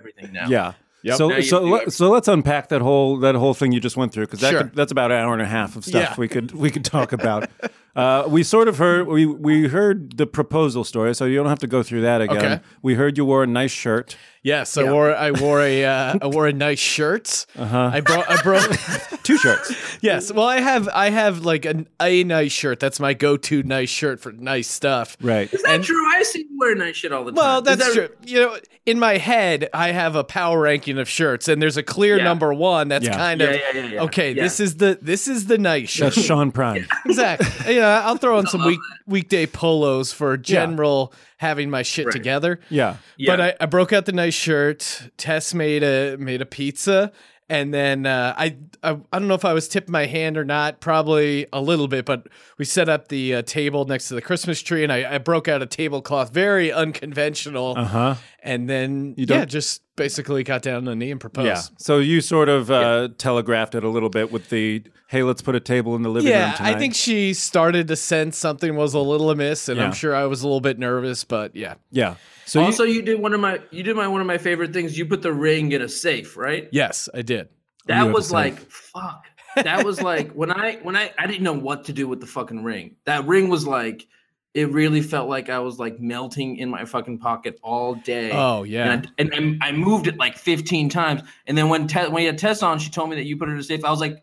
Speaker 4: everything now.
Speaker 3: Yeah.
Speaker 5: Yep.
Speaker 3: So
Speaker 4: Now you
Speaker 3: so
Speaker 4: do
Speaker 3: let,
Speaker 4: everything.
Speaker 3: so let's unpack that whole that whole thing you just went through because that
Speaker 5: Sure.
Speaker 3: could, that's about an hour and a half of stuff
Speaker 5: Yeah.
Speaker 3: we could we could talk about. <laughs> uh, we sort of heard we we heard the proposal story, so you don't have to go through that again.
Speaker 5: Okay.
Speaker 3: We heard you wore a nice shirt.
Speaker 5: Yes, I wore I wore
Speaker 4: <laughs>
Speaker 5: a uh, I wore a nice shirt. Uh-huh. I brought I brought
Speaker 3: Two shirts.
Speaker 5: <laughs> Yes. Well, I have I have like an a nice shirt. That's my go-to nice shirt for nice stuff.
Speaker 3: right.
Speaker 4: Is that true? I see you wear nice shit all the time.
Speaker 5: Well,
Speaker 4: Is
Speaker 5: that's
Speaker 4: that-
Speaker 5: true. You know, in my head, I have a power ranking of shirts, and there's a clear
Speaker 4: Yeah.
Speaker 5: number one. That's
Speaker 3: Yeah.
Speaker 5: kind
Speaker 4: Yeah,
Speaker 5: of
Speaker 4: yeah, yeah, yeah.
Speaker 5: okay.
Speaker 4: Yeah.
Speaker 5: This is the this is the nice shirt.
Speaker 3: That's Sean Prime.
Speaker 5: exactly. Yeah, I'll throw
Speaker 4: <laughs>
Speaker 5: in some week weekday polos for general having my shit
Speaker 4: Right.
Speaker 5: together.
Speaker 3: Yeah.
Speaker 4: Yeah.
Speaker 5: But I, I broke out the nice shirt. Tess made a made a pizza, and then uh, I, I I don't know if I was tipping my hand or not, probably a little bit, but we set up the uh, table next to the Christmas tree, and I, I broke out a tablecloth, very unconventional,
Speaker 3: Uh huh.
Speaker 5: and then
Speaker 3: You don't-
Speaker 5: yeah, just basically got down on a knee and proposed.
Speaker 3: Yeah. So you sort of uh, telegraphed it a little bit with the, hey, let's put a table in the living room
Speaker 5: Yeah,
Speaker 3: tonight.
Speaker 5: I think she started to sense something was a little amiss, and
Speaker 3: Yeah.
Speaker 5: I'm sure I was a little bit nervous, but yeah.
Speaker 3: Yeah. So you-
Speaker 4: also, you, did one of my you did my one of my favorite things. You put the ring in a safe, right?
Speaker 5: Yes, I did.
Speaker 3: You
Speaker 4: That
Speaker 3: have a
Speaker 4: was
Speaker 3: safe.
Speaker 4: like fuck. That was like when I when I I didn't know what to do with the fucking ring. That ring was like it really felt like I was like melting in my fucking pocket all day.
Speaker 5: Oh, yeah.
Speaker 4: And, I, and I, I moved it like 15 times. And then when te- when you had Tess on, she told me that you put it in a safe. I was like,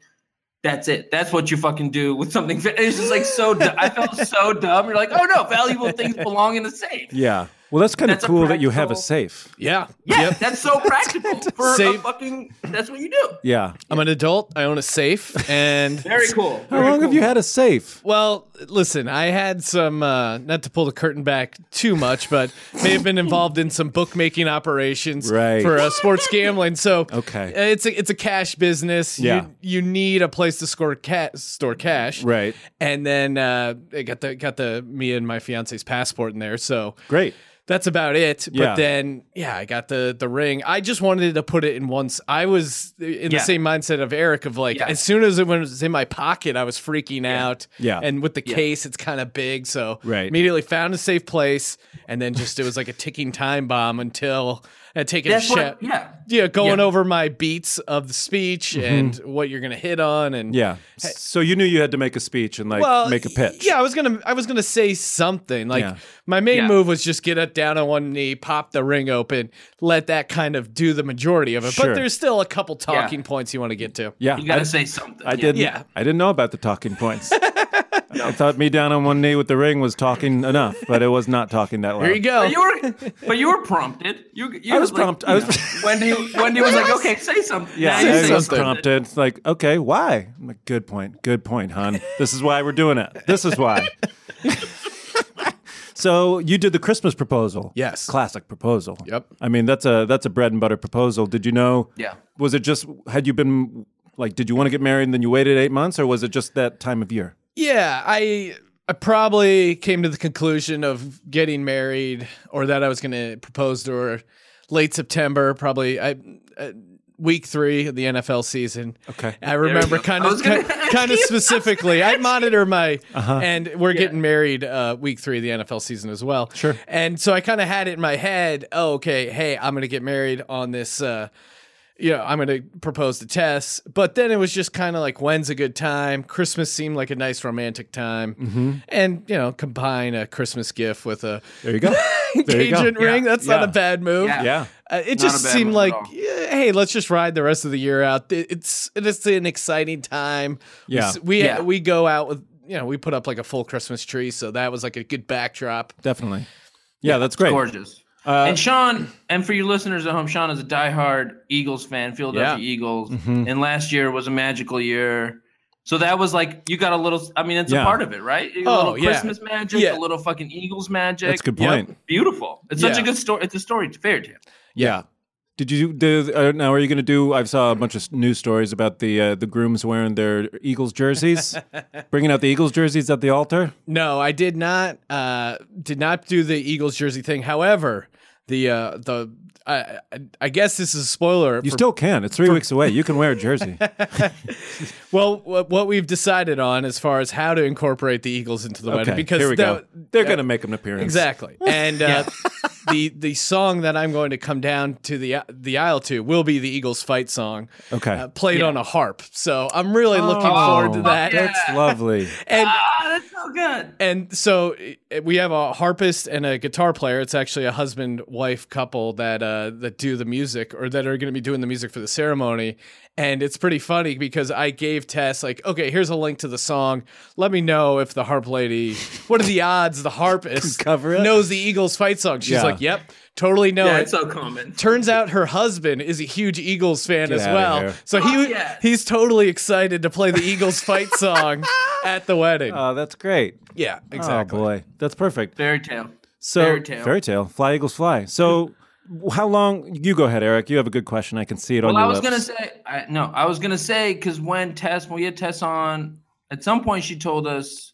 Speaker 4: that's it. That's what you fucking do with something. <laughs> fa- It's just like so. Du- I felt so dumb. You're like, oh no, valuable things belong in a safe.
Speaker 3: yeah. Well, that's kind of
Speaker 4: That's a
Speaker 3: cool that you have a
Speaker 4: practical-
Speaker 3: safe.
Speaker 5: Yeah.
Speaker 4: Yeah,
Speaker 5: Yep.
Speaker 4: that's so
Speaker 5: <laughs>
Speaker 4: practical for
Speaker 5: Safe.
Speaker 4: a fucking. That's what you do.
Speaker 3: Yeah.
Speaker 5: I'm an adult. I own a safe.
Speaker 3: <laughs>
Speaker 5: And
Speaker 4: Very cool.
Speaker 3: How long have you had a safe?
Speaker 5: well, listen, I had some, uh, not to pull the curtain back too much, but may have been involved in some bookmaking operations
Speaker 3: Right.
Speaker 5: for uh, sports gambling. So
Speaker 3: Okay.
Speaker 5: uh, it's, a, it's a cash business.
Speaker 3: Yeah.
Speaker 5: You, you need a place to score ca- store cash.
Speaker 3: Right.
Speaker 5: And then uh, I got the, got the, me and my fiance's passport in there. So
Speaker 3: Great.
Speaker 5: that's about it.
Speaker 3: Yeah.
Speaker 5: But then, yeah, I got the the ring. I just wanted to put it in once. I was in
Speaker 4: Yeah.
Speaker 5: the same mindset of Eric of like,
Speaker 4: Yeah.
Speaker 5: as soon as it was in my pocket, I was freaking out.
Speaker 3: Yeah.
Speaker 5: And with the case, it's kind of big, so
Speaker 3: Right.
Speaker 5: immediately found a safe place, and then just it was like a ticking time bomb until I taken
Speaker 4: That's
Speaker 5: a shit.
Speaker 4: what. Yeah.
Speaker 5: Yeah, going
Speaker 4: Yeah.
Speaker 5: over my beats of the speech and what you're gonna hit on, and
Speaker 3: Yeah. So you knew you had to make a speech and like make a pitch.
Speaker 5: yeah, I was gonna, I was gonna say something. Like
Speaker 3: Yeah.
Speaker 5: my main
Speaker 4: Yeah.
Speaker 5: move was just get up, down on one knee, pop the ring open, let that kind of do the majority of it.
Speaker 3: Sure.
Speaker 5: But there's still a couple talking
Speaker 4: Yeah.
Speaker 5: points you want to get to.
Speaker 3: Yeah.
Speaker 4: You gotta
Speaker 3: I,
Speaker 4: say something.
Speaker 3: I didn't.
Speaker 5: Yeah.
Speaker 3: I didn't know about the talking
Speaker 5: <laughs>
Speaker 3: points. I thought me down on one knee with the ring was talking enough, but it was not talking that loud.
Speaker 5: There you go.
Speaker 4: But you were,
Speaker 5: <laughs>
Speaker 4: but you were prompted. You, you
Speaker 3: I was
Speaker 4: like,
Speaker 3: prompted. I was. <laughs>
Speaker 4: Wendy, Wendy was like, "Okay, say something."
Speaker 3: Yeah,
Speaker 4: Now you
Speaker 5: Say
Speaker 3: I
Speaker 4: say
Speaker 3: was
Speaker 5: something.
Speaker 3: prompted. It's like, okay, why? I'm like, good point, good point, hon. This is why we're doing it. This is why. <laughs> so you did the Christmas proposal.
Speaker 5: Yes.
Speaker 3: Classic proposal.
Speaker 5: Yep.
Speaker 3: I mean, that's a that's a bread and butter proposal. Did you know?
Speaker 4: Yeah.
Speaker 3: Was it just had you been like did you want to get married and then you waited eight months or was it just that time of year?
Speaker 5: Yeah, I I probably came to the conclusion of getting married or that I was going to propose to her late September, probably I uh, week 3 of the NFL season.
Speaker 3: Okay.
Speaker 5: I remember
Speaker 4: go.
Speaker 5: kind
Speaker 4: I
Speaker 5: of
Speaker 4: was gonna <laughs>
Speaker 5: kind of specifically. I monitor my
Speaker 3: Uh-huh.
Speaker 5: and we're getting married uh, week 3 of the NFL season as well.
Speaker 3: Sure.
Speaker 5: And so I kind of had it in my head, oh okay, hey, I'm going to get married on this uh you know, I'm going to propose to Tess. But then it was just kind of like, when's a good time? Christmas seemed like a nice romantic time. And, you know, combine a Christmas gift with a
Speaker 3: Mm-hmm. There you go. There
Speaker 5: <laughs>
Speaker 3: you go.
Speaker 5: engagement ring.
Speaker 3: Yeah.
Speaker 5: That's
Speaker 3: Yeah.
Speaker 5: not a bad move.
Speaker 4: Yeah.
Speaker 3: Yeah.
Speaker 5: Uh,
Speaker 4: Not
Speaker 5: it
Speaker 4: a
Speaker 5: just
Speaker 4: bad
Speaker 5: seemed
Speaker 4: move at
Speaker 5: like,
Speaker 4: all.
Speaker 5: yeah, hey, let's just ride the rest of the year out. It- It's it's an exciting time. We
Speaker 3: Yeah.
Speaker 5: s- we
Speaker 4: Yeah.
Speaker 5: we go out with you know we put up like a full Christmas tree, so that was like a good backdrop.
Speaker 3: <laughs> Definitely. Yeah, that's great. Uh,
Speaker 4: gorgeous. and Sean, and for you listeners at home, Sean is a diehard Eagles fan, Philadelphia
Speaker 5: Yeah.
Speaker 4: Eagles.
Speaker 3: Mm-hmm.
Speaker 4: And last year was a magical year. So that was like you got a little. I mean, it's
Speaker 3: Yeah.
Speaker 4: a part of it, right? A
Speaker 5: Oh,
Speaker 4: little
Speaker 5: yeah.
Speaker 4: Christmas magic,
Speaker 5: Yeah.
Speaker 4: a little fucking Eagles magic.
Speaker 3: That's a good
Speaker 5: Yep.
Speaker 3: point.
Speaker 4: Beautiful. It's such
Speaker 5: Yeah.
Speaker 4: a good story. It's a story fairy tale.
Speaker 3: Yeah. Did you do uh, now? Are you going to do? I saw a bunch of news stories about the uh, the grooms wearing their Eagles jerseys, bringing out the Eagles jerseys at the altar.
Speaker 5: No, I did not. Uh, did not do the Eagles jersey thing. However, the uh, the I, I- I guess this is a spoiler.
Speaker 3: You
Speaker 5: for-
Speaker 3: still can. It's three weeks away. You can wear a jersey.
Speaker 5: well, wh- what we've decided on as far as how to incorporate the Eagles into the
Speaker 3: Okay,
Speaker 5: wedding because
Speaker 3: here we
Speaker 5: the-
Speaker 3: go. They're going to make an appearance. <laughs>
Speaker 5: exactly, and uh, the the song that I'm going to come down to the the aisle to will be the Eagles fight song.
Speaker 3: Okay.
Speaker 5: uh, played on a harp. So I'm really looking
Speaker 3: Oh,
Speaker 5: forward to that. <laughs>
Speaker 3: That's lovely.
Speaker 5: And
Speaker 4: Ah, that's so good.
Speaker 5: and so eh, we have a harpist and a guitar player. It's actually a husband wife couple that uh, that do the music or that are going to be doing the music for the ceremony. And it's pretty funny because I gave Tess like, okay, here's a link to the song. Let me know if the
Speaker 3: <laughs>
Speaker 5: harp lady. What are the odds the harpist
Speaker 3: Cover it?
Speaker 5: knows the Eagles fight song? She's
Speaker 3: Yeah.
Speaker 5: like, yep, totally know
Speaker 4: Yeah,
Speaker 5: it.
Speaker 4: it's so common.
Speaker 5: Turns out her husband is a huge Eagles fan as
Speaker 3: outta
Speaker 5: well.
Speaker 3: here.
Speaker 5: So he
Speaker 4: Fuck yeah.
Speaker 5: he's totally excited to play the Eagles fight
Speaker 3: <laughs>
Speaker 5: song at the wedding.
Speaker 3: Oh, that's great.
Speaker 5: yeah,
Speaker 3: Oh boy, that's perfect.
Speaker 4: Fairy tale.
Speaker 3: So
Speaker 4: Fairy tale.
Speaker 3: fairy tale. Fly Eagles fly. So how long? You go ahead, Eric. You have a good question. I can see it on
Speaker 4: Well,
Speaker 3: your
Speaker 4: I was
Speaker 3: lips.
Speaker 4: gonna say, I, no, I was gonna say because when Tess, when we had Tess on, at some point she told us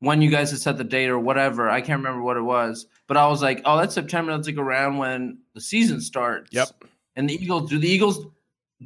Speaker 4: when you guys had set the date or whatever. I can't remember what it was, but I was like, oh, that's September. That's like around when the season starts.
Speaker 5: Yep.
Speaker 4: And the Eagles do the Eagles?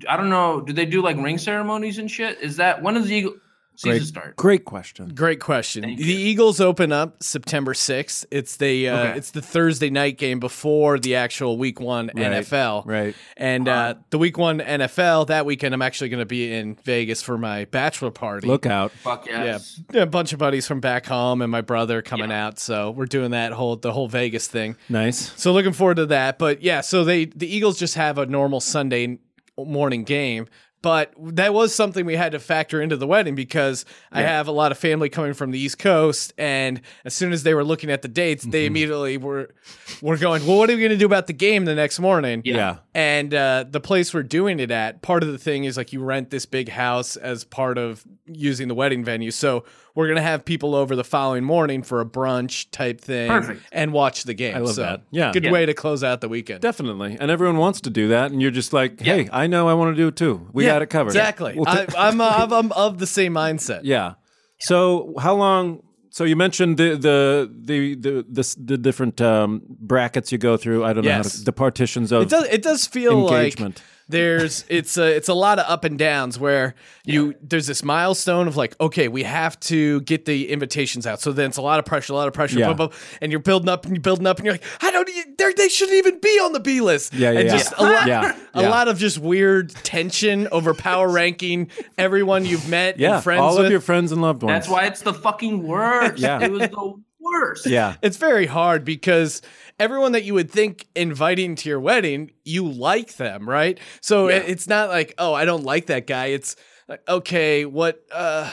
Speaker 4: I don't know. Do they do like ring ceremonies and shit? Is that when does the Eagle season
Speaker 3: Great-
Speaker 4: start?
Speaker 3: Great question.
Speaker 5: Great question.
Speaker 4: Thank
Speaker 5: the
Speaker 4: you.
Speaker 5: Eagles open up September 6th. It's the uh,
Speaker 4: Okay.
Speaker 5: it's the Thursday night game before the actual Week One
Speaker 3: Right,
Speaker 5: NFL.
Speaker 3: right.
Speaker 5: And uh, the Week One NFL that weekend, I'm actually going to be in Vegas for my bachelor party.
Speaker 3: Look out.
Speaker 4: Fuck yes.
Speaker 5: Yeah, a bunch of buddies from back home and my brother coming out. So we're doing that whole the whole Vegas thing.
Speaker 3: Nice.
Speaker 5: So looking forward to that. But yeah, so they the Eagles just have a normal Sunday morning game. But that was something we had to factor into the wedding because I have a lot of family coming from the East Coast, and as soon as they were looking at the dates, they immediately were were going, "Well, what are we going to do about the game the next morning?"
Speaker 4: Yeah.
Speaker 3: Yeah.
Speaker 5: And uh, the place we're doing it at, part of the thing is like you rent this big house as part of using the wedding venue. So we're gonna have people over the following morning for a brunch type thing,
Speaker 4: Perfect.
Speaker 5: and watch the game. I
Speaker 3: love
Speaker 5: so
Speaker 3: that. Yeah.
Speaker 5: good
Speaker 4: Yeah.
Speaker 5: way to close out the weekend.
Speaker 3: Definitely. And everyone wants to do that. And you're just like, hey, I know I want to do it too. We
Speaker 5: Yeah,
Speaker 3: got it covered.
Speaker 5: Exactly.
Speaker 3: We'll
Speaker 5: I,
Speaker 3: ta- <laughs>
Speaker 5: I'm, uh, I'm I'm of the same mindset.
Speaker 3: yeah. So how long? So you mentioned the the the the the, s- the different um, brackets you go through. I don't know how
Speaker 5: Yes.
Speaker 3: to, the partitions of
Speaker 5: It does. It does feel
Speaker 3: Engagement.
Speaker 5: like there's it's a it's a lot of up and downs where you there's this milestone of like okay we have to get the invitations out so then it's a lot of pressure a lot of pressure
Speaker 3: Yeah.
Speaker 5: blah, blah, blah, and you're building up and you're building up and you're like I don't e- they're- they shouldn't even be on the B list
Speaker 3: Yeah, yeah,
Speaker 5: and
Speaker 3: yeah.
Speaker 5: just a lot
Speaker 3: Yeah,
Speaker 5: a
Speaker 3: yeah.
Speaker 5: lot of just weird tension over power ranking everyone you've met and
Speaker 3: yeah,
Speaker 5: friends
Speaker 3: all
Speaker 5: with.
Speaker 3: of your friends and loved ones.
Speaker 4: That's why it's the fucking worst.
Speaker 3: Yeah.
Speaker 4: It was the worst.
Speaker 3: <laughs> Yeah.
Speaker 5: it's very hard because everyone that you would think inviting to your wedding, you like them, right? So it- it's not like, oh, I don't like that guy. It's like, okay, what? Uh,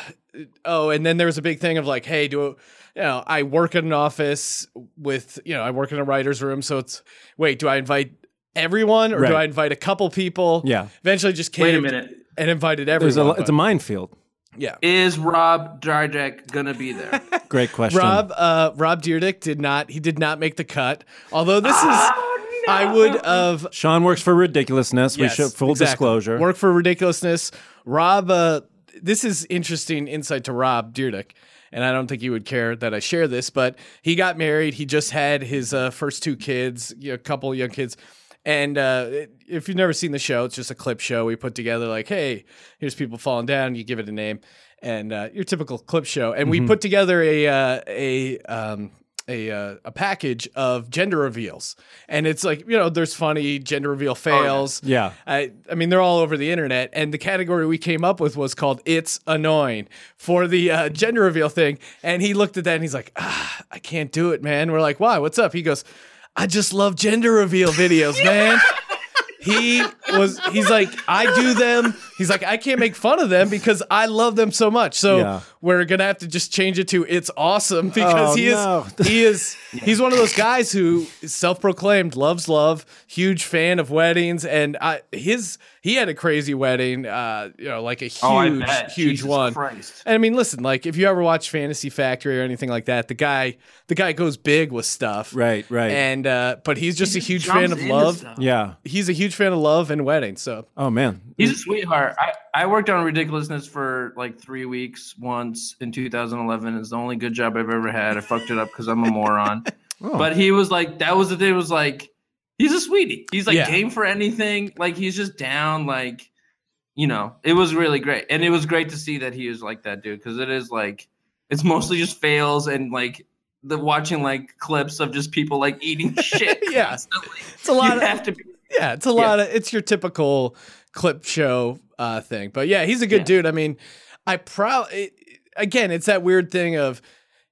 Speaker 5: oh, and then there was a big thing of like, hey, do you know? I work in an office with you know, I work in a writer's room, so it's wait, do I invite everyone or do
Speaker 3: Right.
Speaker 5: I invite a couple people?
Speaker 3: Yeah.
Speaker 5: Eventually, just came
Speaker 4: Wait a minute.
Speaker 5: and invited
Speaker 3: There's
Speaker 5: everyone.
Speaker 3: a, lo- it's
Speaker 5: but-
Speaker 3: a minefield.
Speaker 5: yeah.
Speaker 4: Is Rob Dyrdek gonna be there?
Speaker 3: Great question.
Speaker 5: Rob, uh, Rob Deerdick did not. He did not make the cut. Although this is, I would of
Speaker 3: Sean works for ridiculousness.
Speaker 5: yes,
Speaker 3: we should full
Speaker 5: exactly.
Speaker 3: disclosure.
Speaker 5: work for ridiculousness. Rob, uh, this is interesting insight to Rob Deerdick, and I don't think he would care that I share this, but he got married. He just had his uh, first two kids, you know, a couple young kids. And uh, it- if you've never seen the show, it's just a clip show we put together. Like, hey, here's people falling down. You give it a name, and uh, your typical clip show. And
Speaker 3: Mm-hmm.
Speaker 5: we put together a uh, a um, a uh, a package of gender reveals, and it's like you know, there's funny gender reveal fails.
Speaker 3: Oh, Yeah.
Speaker 5: I I mean they're all over the internet, and the category we came up with was called "It's Annoying" for the uh, gender reveal thing. And he looked at that and he's like, ah, "I can't do it, man." We're like, "Why? What's up?" He goes, "I just love gender reveal videos,
Speaker 3: <laughs>
Speaker 5: man." he was he's like i do them he's like i can't make fun of them because i love them so much so
Speaker 3: Yeah.
Speaker 5: we're gonna have to just change it to it's awesome because
Speaker 3: Oh,
Speaker 5: he is
Speaker 3: no.
Speaker 5: he is he's one of those guys who is self-proclaimed loves love huge fan of weddings and i his he had a crazy wedding uh you know like a huge
Speaker 4: Oh, I bet.
Speaker 5: huge
Speaker 4: Jesus
Speaker 5: one
Speaker 4: Christ.
Speaker 5: and I mean, listen, like if you ever watch Fantasy Factory or anything like that, the guy the guy goes big with stuff,
Speaker 3: Right, right.
Speaker 5: And uh, but he's just a huge
Speaker 4: Jumps
Speaker 5: fan of
Speaker 4: into
Speaker 5: love.
Speaker 4: stuff.
Speaker 3: yeah.
Speaker 5: He's a huge fan of love and weddings. So
Speaker 3: Oh man.
Speaker 4: He's
Speaker 5: Mm.
Speaker 4: a sweetheart. I, I worked on Ridiculousness for like three weeks once in 2011. It's the only good job I've ever had. I fucked it up because I'm a
Speaker 5: <laughs>
Speaker 4: moron.
Speaker 3: Oh,
Speaker 4: But he was like, that was the thing. Was like, he's a sweetie. He's like
Speaker 5: Yeah.
Speaker 4: game for anything. Like he's just down. Like, you know, it was really great, and it was great to see that he was like that dude because it is like, it's mostly just fails and like the watching like clips of just people like
Speaker 5: <laughs>
Speaker 4: eating shit.
Speaker 5: Yeah.
Speaker 4: constantly.
Speaker 5: it's a lot.
Speaker 4: you <laughs>
Speaker 5: Of,
Speaker 4: have to be
Speaker 5: yeah, it's a lot of it's your typical clip show uh, thing. But yeah, he's a good
Speaker 4: Yeah.
Speaker 5: dude. I mean, I probably again, it's that weird thing of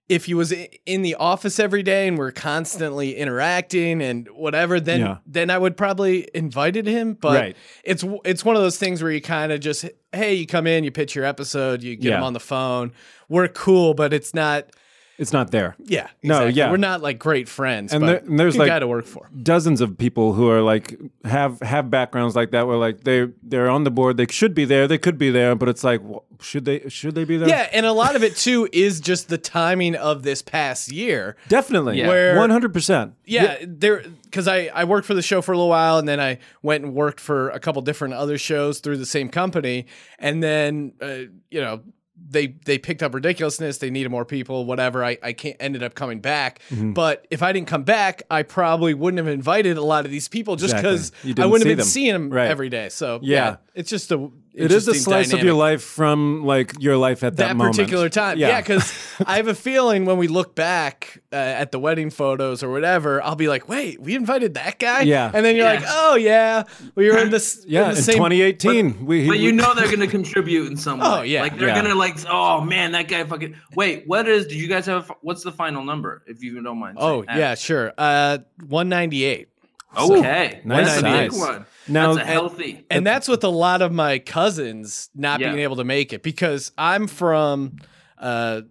Speaker 5: if he was i- in the office every day and we're constantly interacting and whatever, then
Speaker 3: Yeah.
Speaker 5: then I would probably invited him. But
Speaker 3: Right.
Speaker 5: it's w- it's one of those things where you kind of just hey, you come in, you pitch your episode, you get
Speaker 3: Yeah.
Speaker 5: him on the phone. We're cool, but it's not.
Speaker 3: It's not there.
Speaker 5: Yeah.
Speaker 3: No,
Speaker 5: exactly.
Speaker 3: yeah.
Speaker 5: We're not like great friends,
Speaker 3: And
Speaker 5: but
Speaker 3: there- and there's,
Speaker 5: good
Speaker 3: like-
Speaker 5: guy to work for.
Speaker 3: Dozens of people who are like have have backgrounds like that where like they they're on the board. They should be there. They could be there, but it's like wh- should they should they be there?
Speaker 5: <laughs> Yeah, and a lot of it too is just the timing of this past year.
Speaker 3: definitely.
Speaker 4: Yeah.
Speaker 5: Where-
Speaker 3: one hundred percent.
Speaker 5: yeah, there because I I worked for the show for a little while, and then I went and worked for a couple different other shows through the same company, and then uh, you know they they picked up ridiculousness. They needed more people, whatever. I I can't, ended up coming back,
Speaker 3: Mm-hmm.
Speaker 5: but if I didn't come back, I probably wouldn't have invited a lot of these people just
Speaker 3: Exactly.
Speaker 5: because
Speaker 3: You
Speaker 5: I
Speaker 3: didn't
Speaker 5: wouldn't
Speaker 3: see
Speaker 5: have been
Speaker 3: them.
Speaker 5: seeing them
Speaker 3: Right.
Speaker 5: every day. So
Speaker 3: Yeah.
Speaker 5: it's just a
Speaker 3: It is a
Speaker 5: interesting
Speaker 3: slice of your
Speaker 5: dynamic
Speaker 3: life from like your life at that,
Speaker 5: that
Speaker 3: moment.
Speaker 5: particular time.
Speaker 3: <laughs>
Speaker 5: Yeah, because I have a feeling when we look back uh, at the wedding photos or whatever, I'll be like, "Wait, we invited that guy."
Speaker 3: Yeah.
Speaker 5: and then you're like,
Speaker 4: Yeah.
Speaker 5: "Oh yeah, we were in this."
Speaker 3: yeah,
Speaker 5: in
Speaker 3: in
Speaker 5: the same-
Speaker 3: 2018, we,
Speaker 4: But
Speaker 3: we-
Speaker 4: you know
Speaker 5: <laughs>
Speaker 4: they're gonna contribute in some way.
Speaker 5: Oh, yeah.
Speaker 4: like they're
Speaker 3: Yeah.
Speaker 4: gonna like. Oh man, that guy fucking. Wait, what is? Did you guys have? a- What's the final number? If you don't mind.
Speaker 5: <laughs> Oh
Speaker 4: saying that?
Speaker 5: yeah, sure. Uh, one ninety eight,
Speaker 4: Okay.
Speaker 3: Nice
Speaker 4: That's a big
Speaker 3: size.
Speaker 4: one.
Speaker 3: Now-
Speaker 4: That's a healthy.
Speaker 5: and that's with a lot of my cousins not
Speaker 4: Yeah.
Speaker 5: being able to make it because I'm from. Uh,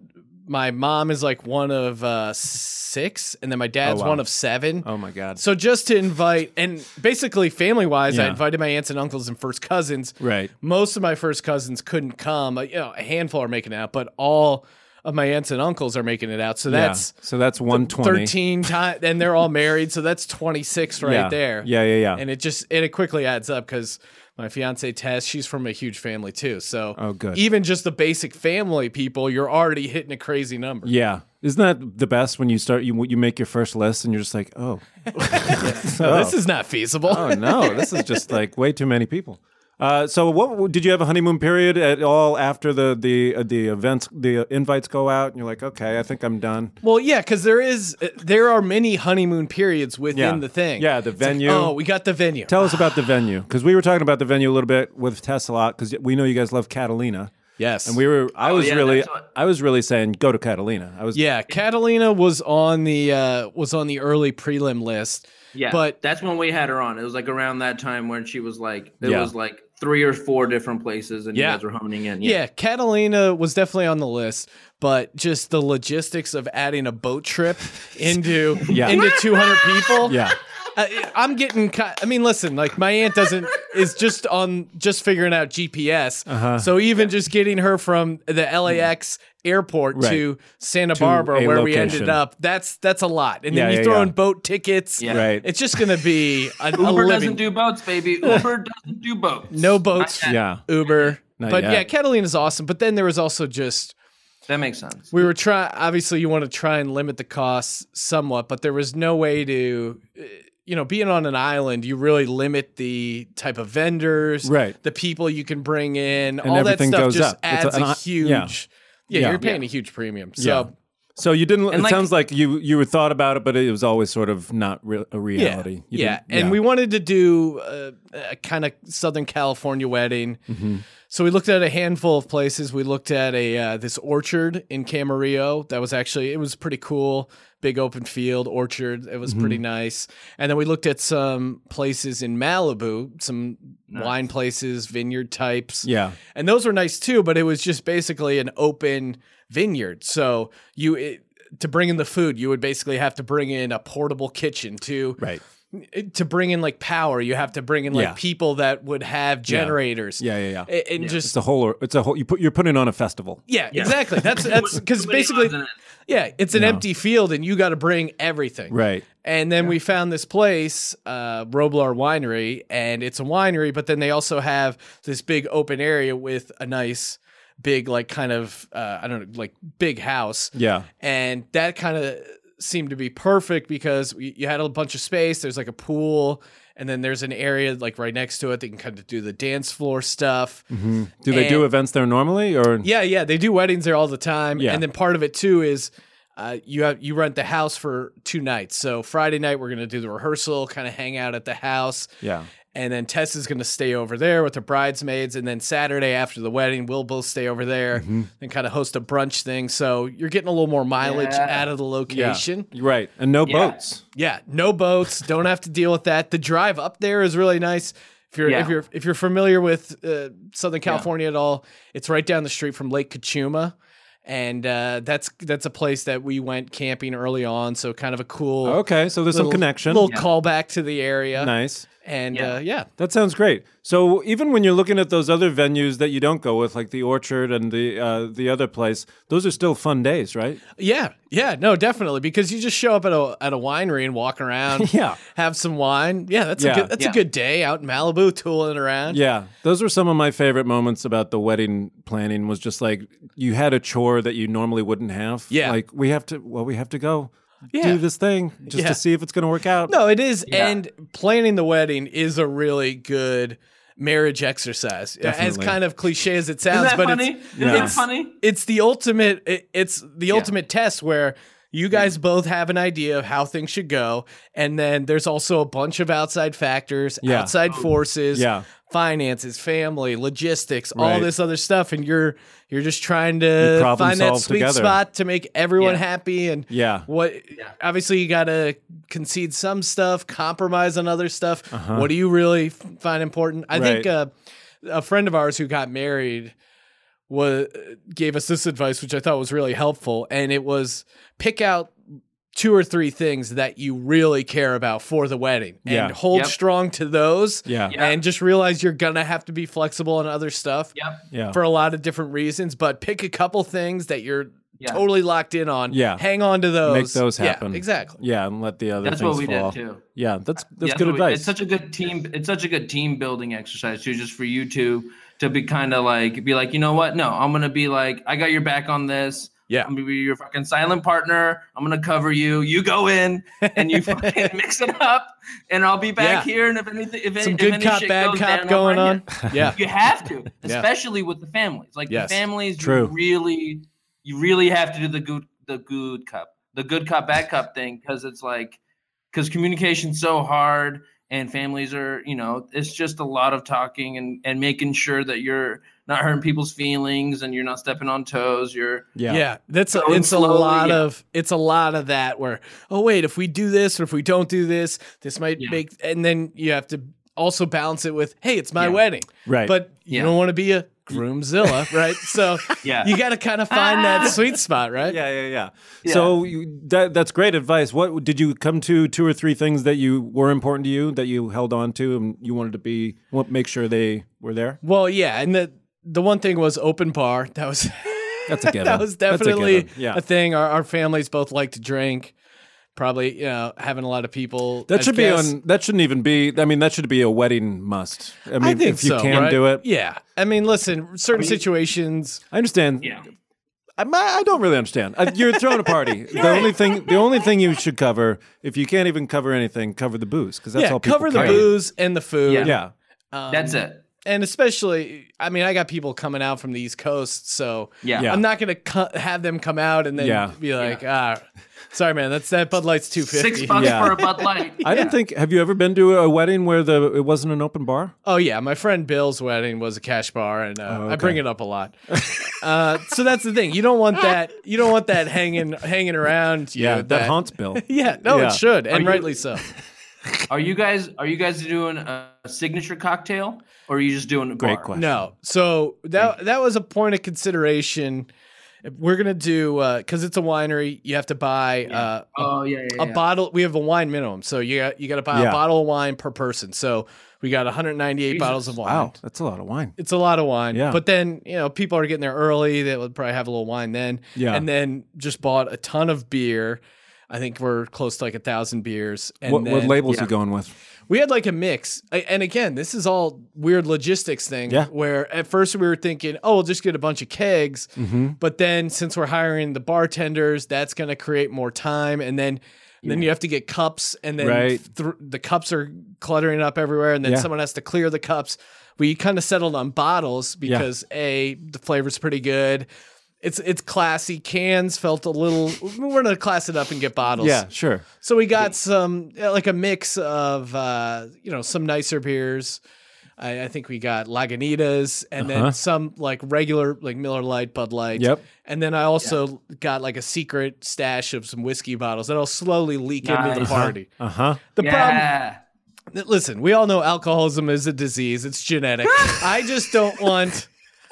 Speaker 5: my mom is like one of uh, six, and then my dad's
Speaker 3: wow.
Speaker 5: one of seven.
Speaker 3: oh my god,
Speaker 5: So just to invite, and basically family wise, I
Speaker 3: Yeah.
Speaker 5: invited my aunts and uncles and first cousins.
Speaker 3: Right.
Speaker 5: Most of my first cousins couldn't come. Uh, You know, a handful are making it out, but all of my aunts and uncles are making it out. So that's
Speaker 3: yeah. so that's 120.
Speaker 5: thirteen times, and they're all married. So that's twenty six right
Speaker 3: Yeah.
Speaker 5: there.
Speaker 3: Yeah, yeah, yeah.
Speaker 5: And it just and it quickly adds up because my fiance Tess, she's from a huge family too. So
Speaker 3: Oh, good.
Speaker 5: Even just the basic family people, you're already hitting a crazy number.
Speaker 3: Yeah. Isn't that the best when you start you you make your first list and you're just like, "Oh,
Speaker 5: So this is not feasible.
Speaker 3: oh no, this is just like way too many people." Uh, so what did you have a honeymoon period at all after the the uh, the events the invites go out and you're like, "Okay, I think I'm done."
Speaker 5: Well, yeah, because there is uh, there are many honeymoon periods within
Speaker 3: Yeah.
Speaker 5: the thing.
Speaker 3: Yeah, the
Speaker 5: It's like,
Speaker 3: venue.
Speaker 5: oh, we got the venue.
Speaker 3: Tell us about the venue because we were talking about the venue a little bit with Tess a lot because we know you guys love Catalina.
Speaker 5: yes,
Speaker 3: And we were I
Speaker 5: Oh,
Speaker 3: was
Speaker 4: yeah,
Speaker 3: really
Speaker 4: that's what-
Speaker 3: I was really saying go to Catalina. I was
Speaker 5: yeah. Catalina was on the uh, was on the early prelim list.
Speaker 4: Yeah,
Speaker 5: but-
Speaker 4: that's when we had her on. It was like around that time when she was like, there
Speaker 3: Yeah.
Speaker 4: was like three or four different places, and
Speaker 5: Yeah.
Speaker 4: you guys were honing in.
Speaker 5: Yeah. Catalina was definitely on the list, but just the logistics of adding a
Speaker 3: <laughs>
Speaker 5: boat trip into
Speaker 3: Yeah.
Speaker 5: into two hundred people. <laughs>
Speaker 3: Yeah.
Speaker 5: I, Uh, I'm getting. ki- I mean, listen. Like my aunt doesn't is just on just figuring out GPS.
Speaker 3: Uh-huh.
Speaker 5: So even just getting her from the LAX airport
Speaker 3: Right.
Speaker 5: to Santa
Speaker 3: To
Speaker 5: Barbara,
Speaker 3: a
Speaker 5: where we
Speaker 3: location.
Speaker 5: ended up, that's that's a lot. And
Speaker 3: Yeah,
Speaker 5: then you
Speaker 3: yeah,
Speaker 5: throw
Speaker 3: yeah.
Speaker 5: in boat tickets.
Speaker 4: Yeah.
Speaker 3: Right.
Speaker 5: It's just gonna be a,
Speaker 4: <laughs>
Speaker 5: a
Speaker 4: Uber
Speaker 5: living.
Speaker 4: doesn't do boats,
Speaker 5: <laughs>
Speaker 4: baby. Uber doesn't do boats.
Speaker 5: no boats.
Speaker 3: yeah.
Speaker 5: Uber.
Speaker 3: Not
Speaker 5: but
Speaker 3: yet.
Speaker 5: yeah, Catalina's awesome. But then there was also just
Speaker 4: that makes sense.
Speaker 5: we were trying obviously you want to try and limit the costs somewhat but there was no way to uh, you know being on an island you really limit the type of vendors
Speaker 3: Right.
Speaker 5: the people you can bring in all that
Speaker 3: everything
Speaker 5: stuff
Speaker 3: goes
Speaker 5: just
Speaker 3: up. It's
Speaker 5: adds
Speaker 3: an
Speaker 5: a,
Speaker 3: i-
Speaker 5: huge
Speaker 3: yeah.
Speaker 5: yeah,
Speaker 3: Yeah.
Speaker 5: you're paying a huge premium so
Speaker 3: So you didn't. it
Speaker 4: like-
Speaker 3: sounds like you you were thought about it, but it was always sort of not re- a reality. You
Speaker 5: yeah,
Speaker 3: didn't-
Speaker 5: and we wanted to do uh, a kind of Southern California wedding,
Speaker 3: Mm-hmm.
Speaker 5: so we looked at a handful of places. We looked at a uh, this orchard in Camarillo that was actually it was pretty cool, big open field orchard. It was pretty
Speaker 3: Mm-hmm.
Speaker 5: nice, and then we looked at some places in Malibu, some wine places, vineyard types.
Speaker 3: Yeah.
Speaker 5: And those were nice too, but it was just basically an open vineyard. So you it, to bring in the food, you would basically have to bring in a portable kitchen to
Speaker 3: Right.
Speaker 5: to bring in like power, you have to bring in like
Speaker 3: Yeah.
Speaker 5: people that would have generators.
Speaker 3: Yeah, yeah, yeah.
Speaker 5: A- And just
Speaker 3: It's a whole. It's a whole. You put. You're putting on a festival.
Speaker 5: yeah, exactly. That's that's because
Speaker 4: Too many
Speaker 5: basically
Speaker 4: odds in it.
Speaker 5: yeah, it's an empty field and you got to bring everything.
Speaker 3: Right.
Speaker 5: And then we found this place, uh, Roblar Winery, and it's a winery, but then they also have this big open area with a nice big, like, kind of, uh, I don't know, like big house.
Speaker 3: Yeah.
Speaker 5: And that kind of seemed to be perfect because we, you had a bunch of space. There's like a pool, and then there's an area like right next to it that you can kind of do the dance floor stuff.
Speaker 3: Do they do
Speaker 5: And-
Speaker 3: events there normally, or
Speaker 5: Yeah, yeah, they do weddings there all the time.
Speaker 3: Yeah.
Speaker 5: And then part of it too is uh, you have you rent the house for two nights. So Friday night we're gonna do the rehearsal, kind of hang out at the house.
Speaker 3: Yeah.
Speaker 5: And then Tess is gonna stay over there with the bridesmaids, and then Saturday after the wedding, we'll both stay over there
Speaker 3: Mm-hmm.
Speaker 5: and kind of host a brunch thing. So you're getting a little more mileage
Speaker 4: Yeah.
Speaker 5: out of the
Speaker 3: Yeah.
Speaker 5: location.
Speaker 3: Right. And no
Speaker 4: Yeah.
Speaker 3: boats.
Speaker 5: Yeah, no boats. Don't have to deal with that. The drive up there is really nice. If you're
Speaker 4: Yeah.
Speaker 5: if you're if you're familiar with uh, Southern California at all, it's right down the street from Lake Kachuma, and uh, that's that's a place that we went camping early on. So kind of a cool
Speaker 3: Okay, so there's
Speaker 5: little,
Speaker 3: some connection.
Speaker 5: little callback to the area.
Speaker 3: Nice.
Speaker 5: And
Speaker 4: Yeah.
Speaker 5: Uh, yeah,
Speaker 3: That sounds great. So even when you're looking at those other venues that you don't go with, like the orchard and the uh, the other place, those are still fun days, right?
Speaker 5: Yeah, yeah, no, definitely because you just show up at a at a winery and walk
Speaker 3: <laughs>
Speaker 5: around.
Speaker 3: Yeah.
Speaker 5: have some wine. Yeah, that's
Speaker 3: Yeah.
Speaker 5: a good that's
Speaker 4: Yeah.
Speaker 5: a good day out in Malibu tooling around.
Speaker 3: Yeah, those were some of my favorite moments about the wedding planning. Was just like you had a chore that you normally wouldn't have.
Speaker 5: Yeah.
Speaker 3: like we have to. Well, we have to go
Speaker 5: Yeah.
Speaker 3: do this thing just
Speaker 5: Yeah.
Speaker 3: to see if it's going to work out.
Speaker 5: No, it is,
Speaker 4: Yeah.
Speaker 5: and planning the wedding is a really good marriage exercise. As
Speaker 3: Definitely.
Speaker 5: kind of cliche as it
Speaker 4: Isn't
Speaker 5: sounds,
Speaker 4: that
Speaker 5: but
Speaker 4: funny?
Speaker 5: it's
Speaker 4: Isn't that
Speaker 3: Yeah.
Speaker 4: funny?
Speaker 5: it's the ultimate it, it's the ultimate test where you guys both have an idea of how things should go and then there's also a bunch of outside factors
Speaker 3: Yeah.
Speaker 5: outside forces
Speaker 3: Yeah.
Speaker 5: finances family logistics all
Speaker 3: Right.
Speaker 5: this other stuff and you're you're just trying to
Speaker 3: You problem
Speaker 5: find that
Speaker 3: solve
Speaker 5: sweet
Speaker 3: together.
Speaker 5: spot to make everyone
Speaker 4: Yeah.
Speaker 5: happy and
Speaker 3: Yeah.
Speaker 5: what obviously you got to concede some stuff compromise on other stuff what do you really f- find important i think
Speaker 3: Uh-huh. Right.
Speaker 5: uh, a friend of ours who got married was gave us this advice which i thought was really helpful and it was pick out two or three things that you really care about for the wedding and
Speaker 3: Yeah.
Speaker 5: hold
Speaker 4: Yep.
Speaker 5: strong to those
Speaker 3: Yeah.
Speaker 4: Yeah.
Speaker 5: and just realize you're gonna have to be flexible on other stuff
Speaker 4: Yep.
Speaker 3: Yeah.
Speaker 5: for a lot of different reasons, but pick a couple things that you're
Speaker 4: Yeah.
Speaker 5: totally locked in on.
Speaker 3: Yeah.
Speaker 5: Hang on to those.
Speaker 3: Make those
Speaker 5: Yeah,
Speaker 3: happen.
Speaker 5: exactly.
Speaker 3: yeah, and let the other
Speaker 4: That's
Speaker 3: things
Speaker 4: what we
Speaker 3: fall.
Speaker 4: did too.
Speaker 3: Yeah, that's that's
Speaker 4: Yeah, what
Speaker 3: good
Speaker 4: we-
Speaker 3: advice.
Speaker 4: It's such a good team. It's such a good team building exercise too, just for you two to be kind of like be like, you know what? No, I'm gonna be like, I got your back on this.
Speaker 5: Yeah.
Speaker 4: I'm gonna be your fucking silent partner. I'm gonna cover you. You go in and
Speaker 5: <laughs>
Speaker 4: you fucking mix it up, and I'll be back
Speaker 5: Yeah.
Speaker 4: here. And if anything, if, any-
Speaker 5: Some
Speaker 4: if
Speaker 5: good
Speaker 4: any
Speaker 5: cop,
Speaker 4: shit
Speaker 5: bad
Speaker 4: goes
Speaker 5: cop
Speaker 4: down, I'm
Speaker 5: going
Speaker 4: right
Speaker 5: on.
Speaker 4: here.
Speaker 3: <laughs>
Speaker 5: Yeah.
Speaker 4: You have to,
Speaker 5: Yeah.
Speaker 4: especially with the families. Like
Speaker 5: Yes.
Speaker 4: the families, you
Speaker 3: True.
Speaker 4: really, you really have to do the good, the good cup, the good cup, bad cup thing, because it's like, because communication's so hard, and families are, you know, it's just a lot of talking and and making sure that you're not hurting people's feelings and you're not stepping on toes. You're
Speaker 5: Yeah.
Speaker 3: yeah.
Speaker 5: That's a,
Speaker 4: Going
Speaker 5: it's a
Speaker 4: slowly,
Speaker 5: lot
Speaker 4: yeah.
Speaker 5: of it's a lot of that where oh wait if we do this or if we don't do this this might
Speaker 4: Yeah.
Speaker 5: make and then you have to also balance it with hey it's my
Speaker 4: Yeah.
Speaker 5: wedding
Speaker 3: Right.
Speaker 5: but you
Speaker 4: Yeah.
Speaker 5: don't want to be a groomzilla right so
Speaker 4: <laughs> Yeah. Ah.
Speaker 5: you got to kind of find that sweet spot right
Speaker 3: yeah, yeah, yeah, So you, that that's great advice. What did you come to? Two or three things that you were important to you that you held on to, and you wanted to be wa- make sure they were there.
Speaker 5: Well, yeah, and the the one thing was open bar. That was
Speaker 3: That's a given.
Speaker 5: <laughs> that was
Speaker 3: That's a
Speaker 5: definitely
Speaker 3: given. yeah.
Speaker 5: a thing. Our our families both like to drink. Probably, you know, having a lot of people.
Speaker 3: That
Speaker 5: as
Speaker 3: should
Speaker 5: guests.
Speaker 3: be on. That shouldn't even be. I mean, that should be a wedding must. I mean,
Speaker 5: I think
Speaker 3: if you
Speaker 5: so,
Speaker 3: can
Speaker 5: right?
Speaker 3: do it,
Speaker 5: Yeah, I mean, listen, certain situations.
Speaker 3: I understand.
Speaker 4: yeah.
Speaker 3: I, I don't really understand. Uh, You're throwing a
Speaker 4: <laughs>
Speaker 3: party. The only thing, the only thing you should cover, if you can't even cover anything, cover the booze because that's
Speaker 5: Yeah,
Speaker 3: all people
Speaker 5: cover the
Speaker 3: care.
Speaker 5: booze and the food.
Speaker 4: Yeah.
Speaker 3: Yeah,
Speaker 5: um,
Speaker 4: That's it.
Speaker 5: And especially, I mean, I got people coming out from the East Coast, so
Speaker 4: Yeah.
Speaker 3: Yeah.
Speaker 5: I'm not gonna cu- have them come out and then
Speaker 3: Yeah.
Speaker 5: be like, ah, sorry, man, that's that Bud Light's two fifty.
Speaker 3: <laughs>
Speaker 4: Six bucks
Speaker 3: Yeah.
Speaker 4: for a Bud Light.
Speaker 3: <laughs> I didn't think. Have you ever been to a wedding where the it wasn't an open bar?
Speaker 5: Oh yeah, my friend Bill's wedding was a cash bar, and uh, I
Speaker 3: Oh, okay.
Speaker 5: bring it up a
Speaker 3: <laughs>
Speaker 5: lot. uh, so that's the thing. You don't want that. You don't want that hanging hanging around. You
Speaker 3: Yeah, that, haunts Bill. <laughs>
Speaker 5: Yeah, no,
Speaker 3: Yeah.
Speaker 5: it should, and
Speaker 4: you-
Speaker 5: rightly
Speaker 3: <laughs>
Speaker 5: so.
Speaker 4: Are you guys are you guys doing a signature cocktail or are you just doing a
Speaker 3: Great
Speaker 4: bar?
Speaker 3: question.
Speaker 5: No, so that that was a point of consideration. We're gonna do because it's a winery. You have to buy uh, a
Speaker 4: Oh yeah, yeah,
Speaker 5: a
Speaker 4: yeah.
Speaker 5: bottle. We have a wine minimum, so you got you got to buy a
Speaker 3: Yeah.
Speaker 5: bottle of wine per person. So we got 198 bottles of wine.
Speaker 3: Wow, that's a lot of wine.
Speaker 5: it's a lot of wine.
Speaker 3: Yeah.
Speaker 5: But then, you know, people are getting there early. They would probably have a little wine then.
Speaker 3: Yeah.
Speaker 5: And then just bought a ton of beer. I think we're close to like a thousand beers. And
Speaker 3: What, what
Speaker 5: then-
Speaker 3: labels you going with?
Speaker 5: we had like a mix. A- And again, this is all weird logistics thing.
Speaker 3: Yeah.
Speaker 5: Where at first we were thinking, oh, we'll just get a bunch of kegs.
Speaker 3: Mm-hmm.
Speaker 5: But then since we're hiring the bartenders, that's going to create more time. And then then you have to get cups, and then
Speaker 3: Right.
Speaker 5: th- the cups are cluttering up everywhere, and then
Speaker 3: Yeah.
Speaker 5: someone has to clear the cups. We kind of settled on bottles because a the flavor's pretty good. It's it's classy. Cans felt a little. We're gonna class it up and get bottles.
Speaker 3: Yeah, sure.
Speaker 5: So we got some uh, like a mix of uh, you know some nicer beers. I, I think we got Lagunitas and then some like regular like Miller Lite, Bud Light.
Speaker 3: Yep.
Speaker 5: And then I also got like a secret stash of some whiskey bottles that'll slowly leak into the
Speaker 4: Nice.
Speaker 5: party.
Speaker 3: Uh huh.
Speaker 5: The
Speaker 4: yeah. <laughs>
Speaker 5: problem, listen, we all know alcoholism is a disease. It's genetic. I just don't want.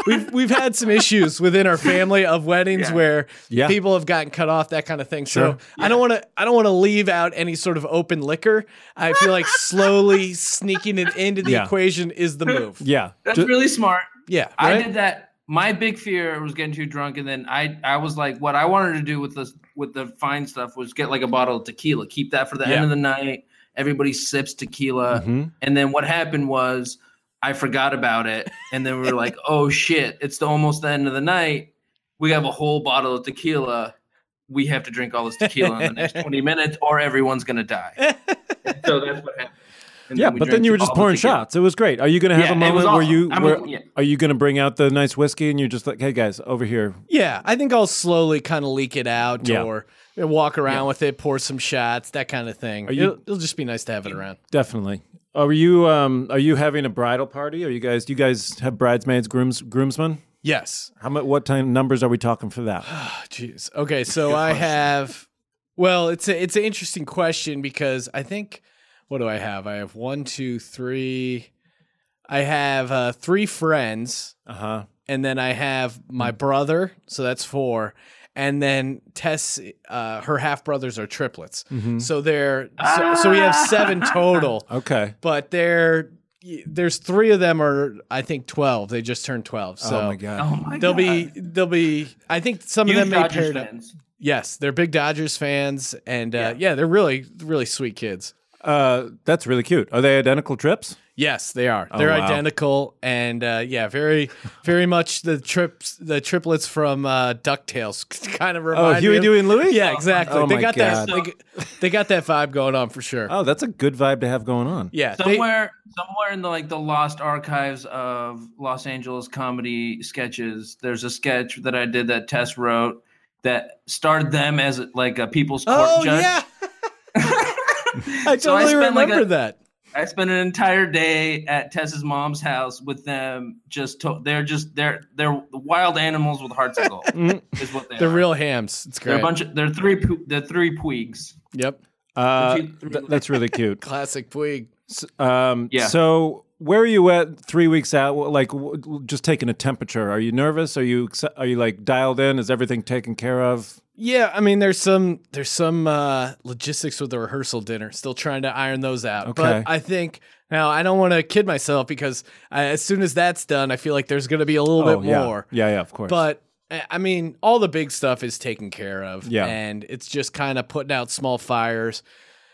Speaker 5: we've we've had some issues within our family of weddings
Speaker 4: Yeah.
Speaker 5: where
Speaker 3: Yeah.
Speaker 5: people have gotten cut off, that kind of thing.
Speaker 3: Sure.
Speaker 5: So I don't want to I don't want to leave out any sort of open liquor. I feel like slowly sneaking it into the
Speaker 3: Yeah.
Speaker 5: equation is the
Speaker 3: <laughs>
Speaker 5: move.
Speaker 3: Yeah.
Speaker 4: That's
Speaker 3: Ju-
Speaker 4: really smart.
Speaker 5: Yeah,
Speaker 4: I
Speaker 5: right?
Speaker 4: did that. My big fear was getting too drunk, and then I I was like, what I wanted to do with the with the fine stuff was get like a bottle of tequila, keep that for the
Speaker 5: Yeah.
Speaker 4: end of the night. Everybody sips tequila,
Speaker 3: Mhm.
Speaker 4: and then what happened was I forgot about it, and then we were like, <laughs> oh shit, it's the, almost the end of the night. We have a whole bottle of tequila. We have to drink all this tequila in the
Speaker 3: <laughs>
Speaker 4: next twenty minutes, or everyone's gonna die. so that's what happened. And
Speaker 3: Yeah,
Speaker 4: we
Speaker 3: but then
Speaker 4: drank
Speaker 3: you were just
Speaker 4: all the
Speaker 3: pouring
Speaker 4: tequila.
Speaker 3: shots. It was great. Are you going to have
Speaker 4: Yeah,
Speaker 3: a
Speaker 4: it was
Speaker 3: moment where
Speaker 4: awesome.
Speaker 3: you
Speaker 4: I
Speaker 3: where,
Speaker 4: mean, yeah.
Speaker 3: are you going to bring out the nice whiskey and you're just like, "Hey guys, over here."
Speaker 5: yeah, I think I'll slowly kind of leak it out
Speaker 3: Yeah.
Speaker 5: or walk around with it, pour some shots, that kind of thing.
Speaker 3: you-
Speaker 5: it'll, it'll just be nice to have it around.
Speaker 3: Definitely. Are you um are you having a bridal party? Are you guys do you guys have bridesmaids, grooms, groomsmen?
Speaker 5: Yes.
Speaker 3: How much what time numbers are we talking
Speaker 4: <gasps>
Speaker 3: for that?
Speaker 5: Oh, jeez. Okay, so I have. Well, it's a, it's an interesting question because I think what do I have? I have one, two, three. I have uh, three friends,
Speaker 3: Uh-huh.
Speaker 5: and then I have
Speaker 3: Hmm.
Speaker 5: my brother, so that's four, and then Tess, uh, her half brothers are triplets,
Speaker 3: Mm-hmm. Hmm.
Speaker 5: so they're so, so we have
Speaker 3: <laughs>
Speaker 5: seven total,
Speaker 3: Okay.
Speaker 5: but they're there's three of them are I think twelve. They just turned twelve, so
Speaker 3: oh my god.
Speaker 4: Oh my
Speaker 5: they'll
Speaker 4: god!
Speaker 5: be they'll be. I think some
Speaker 4: Huge
Speaker 5: of them may
Speaker 4: Dodgers
Speaker 5: pair up.
Speaker 4: fans.
Speaker 5: Yes, they're big Dodgers fans, and uh, yeah.
Speaker 4: Yeah.
Speaker 5: they're really, really sweet kids.
Speaker 3: Uh that's really cute. Are they identical trips?
Speaker 5: Yes, they are. They're
Speaker 3: Oh, wow.
Speaker 5: identical, and uh, yeah, very, very much the trips, the triplets from uh, Ducktales <laughs> kind of
Speaker 3: Oh,
Speaker 5: remind me.
Speaker 3: Huey
Speaker 5: of-
Speaker 3: Dewey and Louie?
Speaker 5: <laughs> Yeah, exactly.
Speaker 3: Oh
Speaker 5: they
Speaker 3: my
Speaker 5: got
Speaker 3: god.
Speaker 5: that. They, they got that vibe going on for sure.
Speaker 3: Oh, that's a good vibe to have going on.
Speaker 5: yeah, they-
Speaker 4: somewhere somewhere in the like the lost archives of Los Angeles comedy sketches. There's a sketch that I did that Tess wrote that starred them as like a people's court
Speaker 5: oh
Speaker 4: judge.
Speaker 5: yeah, <laughs> I
Speaker 4: So I
Speaker 5: totally
Speaker 4: spent, like,
Speaker 5: remember
Speaker 4: a-
Speaker 5: that.
Speaker 4: I spent an entire day at Tess's mom's house with them. Just to, they're just they're they're wild animals with hearts of
Speaker 5: <laughs>
Speaker 4: gold. is what they
Speaker 5: Mm-hmm. They're
Speaker 4: are.
Speaker 5: real hams. It's
Speaker 4: They're
Speaker 5: great.
Speaker 4: a bunch of they're three pu- they're three puigs.
Speaker 5: yep,
Speaker 3: Uh,
Speaker 4: Three- three-
Speaker 3: th- that's
Speaker 5: <laughs>
Speaker 3: really cute.
Speaker 5: classic Puig.
Speaker 3: Um,
Speaker 4: Yeah.
Speaker 3: So where are you at three weeks out? Wh- Like w- w- just taking a temperature. Are you nervous? Are you exci- are you like dialed in? Is everything taken care of?
Speaker 5: Yeah, I mean, there's some there's some uh, logistics with the rehearsal dinner. Still trying to iron those out.
Speaker 3: Okay.
Speaker 5: But I think now I don't want to kid myself because I, as soon as that's done, I feel like there's going to be a little bit
Speaker 3: Oh, yeah.
Speaker 5: more.
Speaker 3: Yeah, yeah, of course.
Speaker 5: But eh, I I mean, all the big stuff is taken care of.
Speaker 3: Yeah.
Speaker 5: and it's just kind of putting out small fires.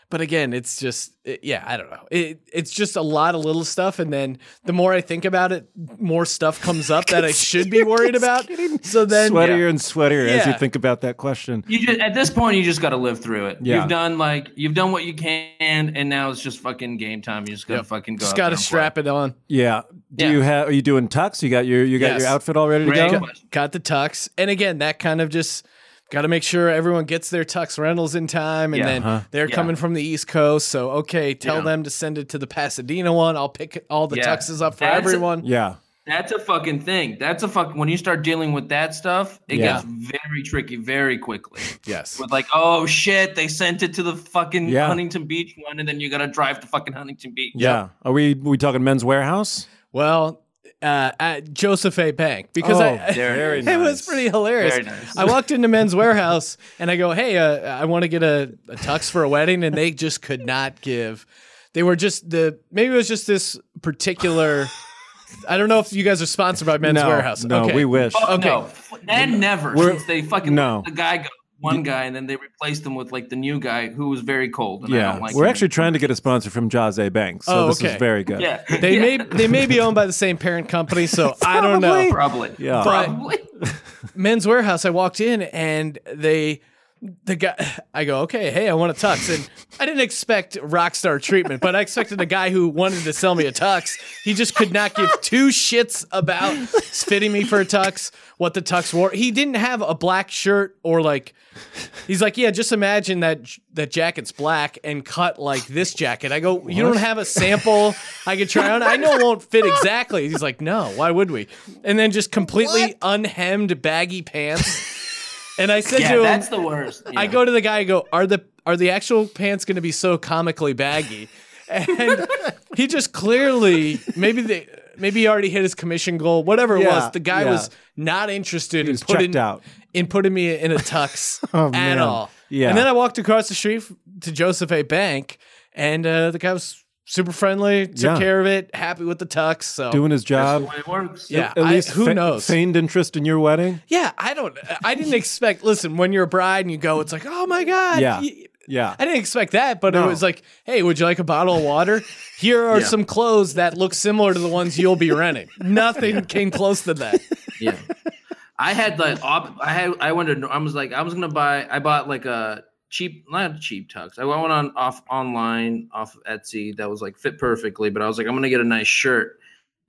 Speaker 5: But again, it's just it- yeah, I don't know. It it's just a lot of little stuff, and then the more I think about it, more stuff comes
Speaker 3: <laughs>
Speaker 5: up that I should be worried about. So then,
Speaker 3: sweatier and sweatier as you
Speaker 5: Yeah.
Speaker 3: think about that question.
Speaker 4: You just, at this point, you just got to live through it.
Speaker 3: Yeah.
Speaker 4: You've done like you've done what you can, and now it's just fucking game time. You just got to
Speaker 5: Yep.
Speaker 4: fucking go.
Speaker 5: just
Speaker 4: out
Speaker 5: got
Speaker 4: there
Speaker 5: to
Speaker 4: and
Speaker 5: strap it on.
Speaker 3: Yeah. Do
Speaker 4: Yeah.
Speaker 3: you have? Are you doing tux? You got your you got
Speaker 5: Yes.
Speaker 3: your outfit all ready to
Speaker 4: play. Great
Speaker 3: go?
Speaker 4: question.
Speaker 5: got the tux and again that kind of just got to make sure everyone gets their tux rentals in time and
Speaker 4: Yeah.
Speaker 5: then
Speaker 3: Uh-huh.
Speaker 5: they're
Speaker 4: Yeah.
Speaker 5: coming from the east coast so okay tell
Speaker 4: Yeah.
Speaker 5: them to send it to the pasadena one i'll pick all the
Speaker 4: Yeah.
Speaker 5: tuxes up for
Speaker 4: That's-
Speaker 5: everyone
Speaker 3: Yeah.
Speaker 4: That's a fucking thing. That's a fuck. When you start dealing with that stuff, it
Speaker 3: Yeah.
Speaker 4: gets very tricky very quickly.
Speaker 5: yes
Speaker 4: With like, oh shit, they sent it to the fucking
Speaker 3: Yeah.
Speaker 4: Huntington Beach one, and then you got to drive to fucking Huntington Beach.
Speaker 3: Yeah. Are we we talking men's warehouse?
Speaker 5: well uh, at joseph a bank because i
Speaker 4: there it
Speaker 3: Oh, very
Speaker 4: is.
Speaker 5: <laughs> It was pretty hilarious.
Speaker 4: Very nice.
Speaker 5: I walked into Men's Warehouse and I go, "Hey, uh, I want to get a, a tux for a wedding," and they just could not give. They were just the maybe it was just this particular. I don't know if you guys are sponsored by Men's
Speaker 3: no,
Speaker 5: Warehouse.
Speaker 3: No,
Speaker 5: okay. Oh,
Speaker 3: we wish.
Speaker 4: Fuck
Speaker 5: Okay.
Speaker 4: no, and never
Speaker 3: We're-
Speaker 4: since they fucking
Speaker 3: no.
Speaker 4: let the guy go. One guy, and then they replaced him with like the new guy who was very cold. And I
Speaker 3: yeah,
Speaker 4: don't like
Speaker 3: we're
Speaker 4: him.
Speaker 3: actually trying to get a sponsor from Jose Banks, so
Speaker 5: Oh,
Speaker 3: this
Speaker 5: okay.
Speaker 3: is very good.
Speaker 4: yeah, <laughs>
Speaker 5: They
Speaker 4: Yeah,
Speaker 5: may they may be owned by the same parent company, so I don't know.
Speaker 4: probably
Speaker 3: Yeah.
Speaker 5: But-
Speaker 4: probably.
Speaker 5: Men's Warehouse, I walked in and they the guy I go, okay, hey, I want a tux. And I didn't expect rock star treatment, but I expected a guy who wanted to sell me a tux. He just could not give two shits about fitting me for a tux, what the tux wore. He didn't have a black shirt or like he's like, Yeah, just imagine that that jacket's black and cut like this jacket. I go, You don't have a sample I could try on. I know it won't fit exactly. He's like, No, why would we? And then just completely unhemmed baggy pants. And I said
Speaker 4: Yeah,
Speaker 5: to him,
Speaker 4: that's the worst.
Speaker 5: <laughs> I
Speaker 4: Yeah.
Speaker 5: go to the guy. I go, are the are the actual pants going to be so comically baggy? And he just clearly maybe they Maybe he already hit his commission goal. Whatever it
Speaker 3: Yeah,
Speaker 5: was, the guy
Speaker 3: yeah.
Speaker 5: was not interested
Speaker 3: was
Speaker 5: in putting
Speaker 3: checked out.
Speaker 5: in putting me in a tux
Speaker 3: <laughs> Oh,
Speaker 5: at
Speaker 3: man.
Speaker 5: all.
Speaker 3: Yeah.
Speaker 5: And then I walked across the street f- to Joseph A. Bank, and uh, the guy was super friendly, took
Speaker 3: Yeah.
Speaker 5: care of it, happy with the tux. So
Speaker 3: doing his
Speaker 4: That's the
Speaker 3: job.
Speaker 4: way it works.
Speaker 5: Um, yeah,
Speaker 3: At
Speaker 5: I-
Speaker 3: least
Speaker 5: who
Speaker 3: fe-
Speaker 5: knows?
Speaker 3: Feigned interest in your wedding.
Speaker 5: Yeah, I don't. I didn't expect. listen, when you're a bride and you go, it's like, oh my god.
Speaker 3: Yeah.
Speaker 5: y-
Speaker 3: Yeah.
Speaker 5: I didn't expect that, but
Speaker 3: No.
Speaker 5: it was like, hey, would you like a bottle
Speaker 3: <laughs>
Speaker 5: of water? Here are
Speaker 4: Yeah.
Speaker 5: some clothes that look similar to the ones you'll be
Speaker 3: <laughs>
Speaker 5: renting. Nothing came close to that.
Speaker 4: <laughs> yeah. I had like op- I had I went to I was like I was gonna buy I bought like a cheap not cheap tux I went on off online off of Etsy that was like fit perfectly but I was like I'm gonna get a nice shirt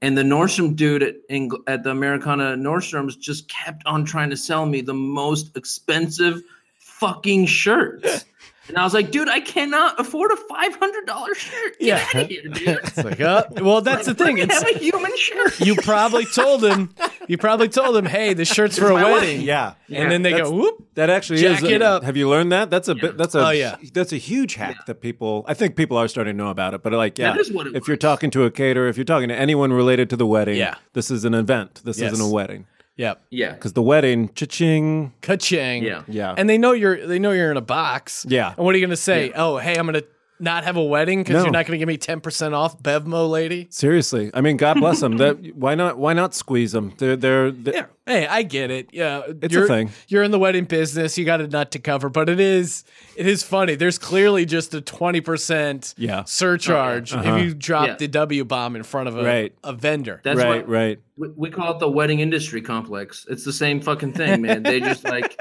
Speaker 4: and the Nordstrom dude at Eng- at the Americana Nordstrom's just kept on trying to sell me the most expensive fucking shirts. And I was like, dude, I cannot afford a five hundred dollar shirt. Get
Speaker 5: Yeah.
Speaker 4: out of here, dude.
Speaker 5: It's like, oh, well, <laughs> that's the
Speaker 4: <laughs>
Speaker 5: thing.
Speaker 4: Let me
Speaker 5: It's,
Speaker 4: have a human shirt.
Speaker 5: you probably told him. You probably told him, hey, the
Speaker 3: <laughs>
Speaker 5: shirt's for a
Speaker 4: my
Speaker 5: wedding.
Speaker 4: wedding.
Speaker 3: Yeah.
Speaker 5: And then they
Speaker 3: That's-
Speaker 5: go, whoop.
Speaker 3: That actually is.
Speaker 5: Jack
Speaker 3: a-
Speaker 5: it up.
Speaker 3: Have you learned that? That's a bit. That's a.
Speaker 5: Oh, yeah.
Speaker 3: That's a huge hack that people. I think people are starting to know about it. But like, yeah,
Speaker 4: That is what it
Speaker 3: if you're
Speaker 4: was.
Speaker 3: talking to a caterer, if you're talking to anyone related to the wedding,
Speaker 5: Yeah.
Speaker 3: this is an event. This
Speaker 5: Yes.
Speaker 3: isn't a wedding
Speaker 5: Yep.
Speaker 4: Yeah.
Speaker 3: because the wedding, cha-ching.
Speaker 5: Ka-ching.
Speaker 4: Yeah.
Speaker 3: Yeah.
Speaker 5: And they know you're they know you're in a box.
Speaker 3: Yeah.
Speaker 5: And what are you gonna say? Oh, hey, I'm gonna not have a wedding because
Speaker 3: No.
Speaker 5: you're not gonna give me ten percent off Bevmo lady.
Speaker 3: Seriously, I mean, God bless them. That why not? Why not squeeze them? They're they're. they
Speaker 5: Yeah. Hey, I get it. Yeah.
Speaker 3: It's a
Speaker 5: you're,
Speaker 3: thing.
Speaker 5: You're in the wedding business, you got a nut to cover, but it is it is funny. There's clearly just a twenty percent
Speaker 3: Yeah. Uh-huh.
Speaker 5: surcharge if you drop
Speaker 4: Yeah.
Speaker 5: the W bomb in front of a,
Speaker 3: Right.
Speaker 5: a vendor.
Speaker 4: That's
Speaker 3: right,
Speaker 4: what-
Speaker 3: right.
Speaker 4: we, we call it the wedding industry complex. It's the same fucking thing, man. They just
Speaker 3: <laughs>
Speaker 4: like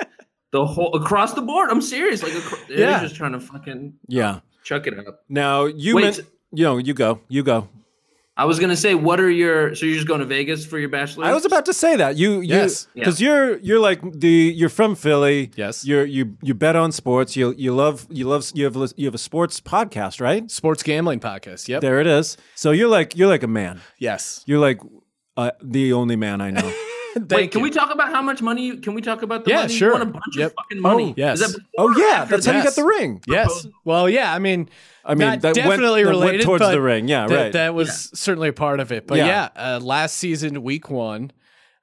Speaker 4: the whole across the board. I'm serious. Like acro-
Speaker 5: Yeah.
Speaker 4: they're just trying to fucking
Speaker 3: Yeah.
Speaker 4: chuck it up.
Speaker 3: Now you
Speaker 4: Wait.
Speaker 3: meant you know you go you go.
Speaker 4: I was gonna say, what are your? So you're just going to Vegas for your bachelor?
Speaker 3: I was about to say that you, you
Speaker 5: Yes.
Speaker 3: because you're you're like the you're from Philly.
Speaker 5: Yes.
Speaker 3: you're you you bet on sports. You you love you love you have you have a sports podcast, right?
Speaker 5: Sports gambling podcast. Yep.
Speaker 3: There it is. So you're like you're like a man.
Speaker 5: Yes.
Speaker 3: You're like uh, the only man
Speaker 4: <laughs>
Speaker 3: I know.
Speaker 4: Wait, can we talk about how much money? you Can we talk about the
Speaker 5: Yeah,
Speaker 4: money?
Speaker 5: sure.
Speaker 4: You won a bunch
Speaker 5: Yep.
Speaker 4: of fucking money.
Speaker 5: yes.
Speaker 4: Is that before
Speaker 3: oh
Speaker 4: or
Speaker 3: yeah,
Speaker 4: after
Speaker 3: that's how you
Speaker 4: that?
Speaker 3: got the ring.
Speaker 5: Yes. Well, yeah. I mean,
Speaker 3: I mean,
Speaker 5: not
Speaker 3: that went-
Speaker 5: definitely
Speaker 3: that went
Speaker 5: related
Speaker 3: towards
Speaker 5: but
Speaker 3: the ring. Yeah,
Speaker 5: that,
Speaker 3: right.
Speaker 5: That was certainly a part of it. But
Speaker 3: Yeah.
Speaker 5: yeah, uh, last season, week one,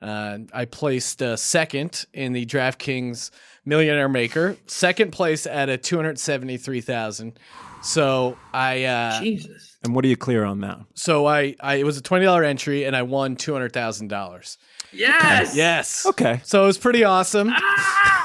Speaker 5: uh, I placed uh, second in the DraftKings Millionaire Maker, second place at a two hundred seventy three thousand. So I, uh,
Speaker 4: Jesus.
Speaker 3: And what are you clear on that?
Speaker 5: so I, I, it was a twenty dollar entry, and I won two hundred thousand dollars.
Speaker 4: Yes.
Speaker 5: Yes.
Speaker 3: Okay.
Speaker 5: So it was pretty awesome.
Speaker 4: Ah!
Speaker 5: <laughs>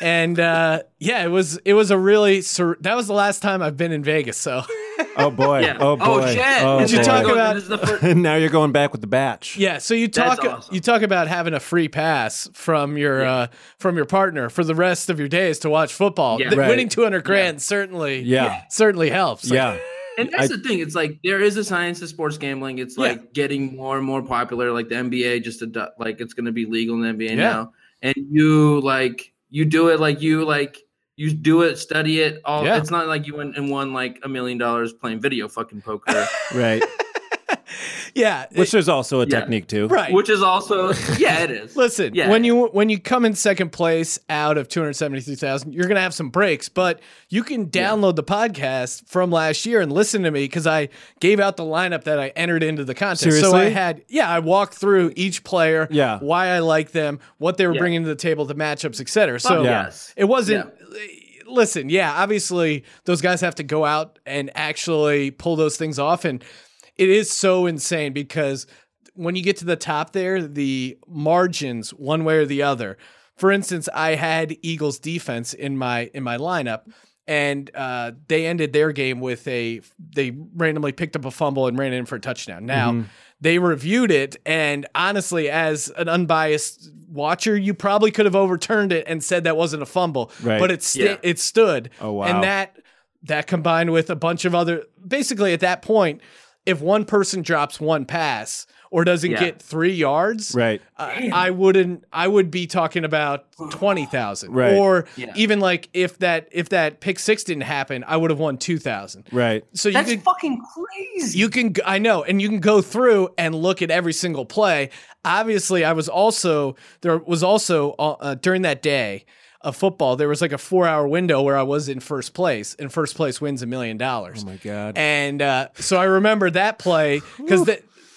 Speaker 5: and uh, yeah, it was it was a really sur- that was the last time I've been in Vegas. So <laughs>
Speaker 3: Oh boy.
Speaker 4: Yeah.
Speaker 3: Oh boy.
Speaker 4: shit.
Speaker 3: Oh,
Speaker 4: This is
Speaker 5: you
Speaker 3: boy.
Speaker 5: talk
Speaker 4: going-
Speaker 5: about-
Speaker 4: This is the first,
Speaker 3: And <laughs> now you're going back with the batch.
Speaker 5: yeah, so you
Speaker 4: That's
Speaker 5: talk
Speaker 4: awesome.
Speaker 5: you talk about having a free pass from your uh, from your partner for the rest of your days to watch football.
Speaker 4: Yeah.
Speaker 5: Th-
Speaker 3: Right.
Speaker 5: Winning two hundred grand certainly
Speaker 3: Yeah.
Speaker 5: certainly helps. Like,
Speaker 3: Yeah.
Speaker 4: And that's the thing. It's like there is a science to sports gambling. It's like getting more and more popular. Like the NBA, just ado- like it's going to be legal in the NBA
Speaker 5: Yeah.
Speaker 4: now. And you like you do it like you like you do it, study it. All
Speaker 5: Yeah.
Speaker 4: it's not like you went and won like a million dollars playing video fucking poker,
Speaker 3: Right.
Speaker 5: yeah.
Speaker 3: Which
Speaker 5: it-
Speaker 3: there's also a
Speaker 4: Yeah.
Speaker 3: technique too.
Speaker 5: <laughs> right.
Speaker 4: which is also yeah, it is.
Speaker 5: Listen,
Speaker 4: Yeah.
Speaker 5: when you when you come in second place out of 273,000, you're going to have some breaks, but you can download the podcast from last year and listen to me cuz I gave out the lineup that I entered into the contest. So I
Speaker 3: Seriously?
Speaker 5: had yeah, I walked through each player,
Speaker 3: Yeah.
Speaker 5: why I like them, what they were
Speaker 4: Yeah.
Speaker 5: bringing to the table, the matchups, etc. So
Speaker 3: yeah.
Speaker 4: Oh, yes,
Speaker 5: it wasn't Listen, yeah, obviously those guys have to go out and actually pull those things off and it is so insane because when you get to the top there, the margins one way or the other. For instance, I had Eagles defense in my in my lineup, and uh, they ended their game with a they randomly picked up a fumble and ran in for a touchdown. Now they reviewed it, and honestly, as an unbiased watcher, you probably could have overturned it and said that wasn't a fumble,
Speaker 3: Right.
Speaker 5: but it sta-
Speaker 4: Yeah.
Speaker 5: it stood.
Speaker 3: Oh, wow.
Speaker 5: And that that combined with a bunch of other basically at that point if one person drops one pass or doesn't
Speaker 4: Yeah.
Speaker 5: get 3 yards
Speaker 3: Right.
Speaker 5: I, I wouldn't I would be talking about 20,000
Speaker 3: Right.
Speaker 5: or
Speaker 4: Yeah.
Speaker 5: even like if that if that pick 6 didn't happen I would have won 2,000
Speaker 3: Right.
Speaker 5: so you
Speaker 4: that's
Speaker 5: could
Speaker 4: fucking crazy.
Speaker 5: you can, I know, and you can go through and look at every single play. Obviously, I was also, there was also uh, during that day of football, there was like a four hour window where I was in first place, and first place wins a million dollars.
Speaker 3: Oh my god.
Speaker 5: And uh, so I remember that play because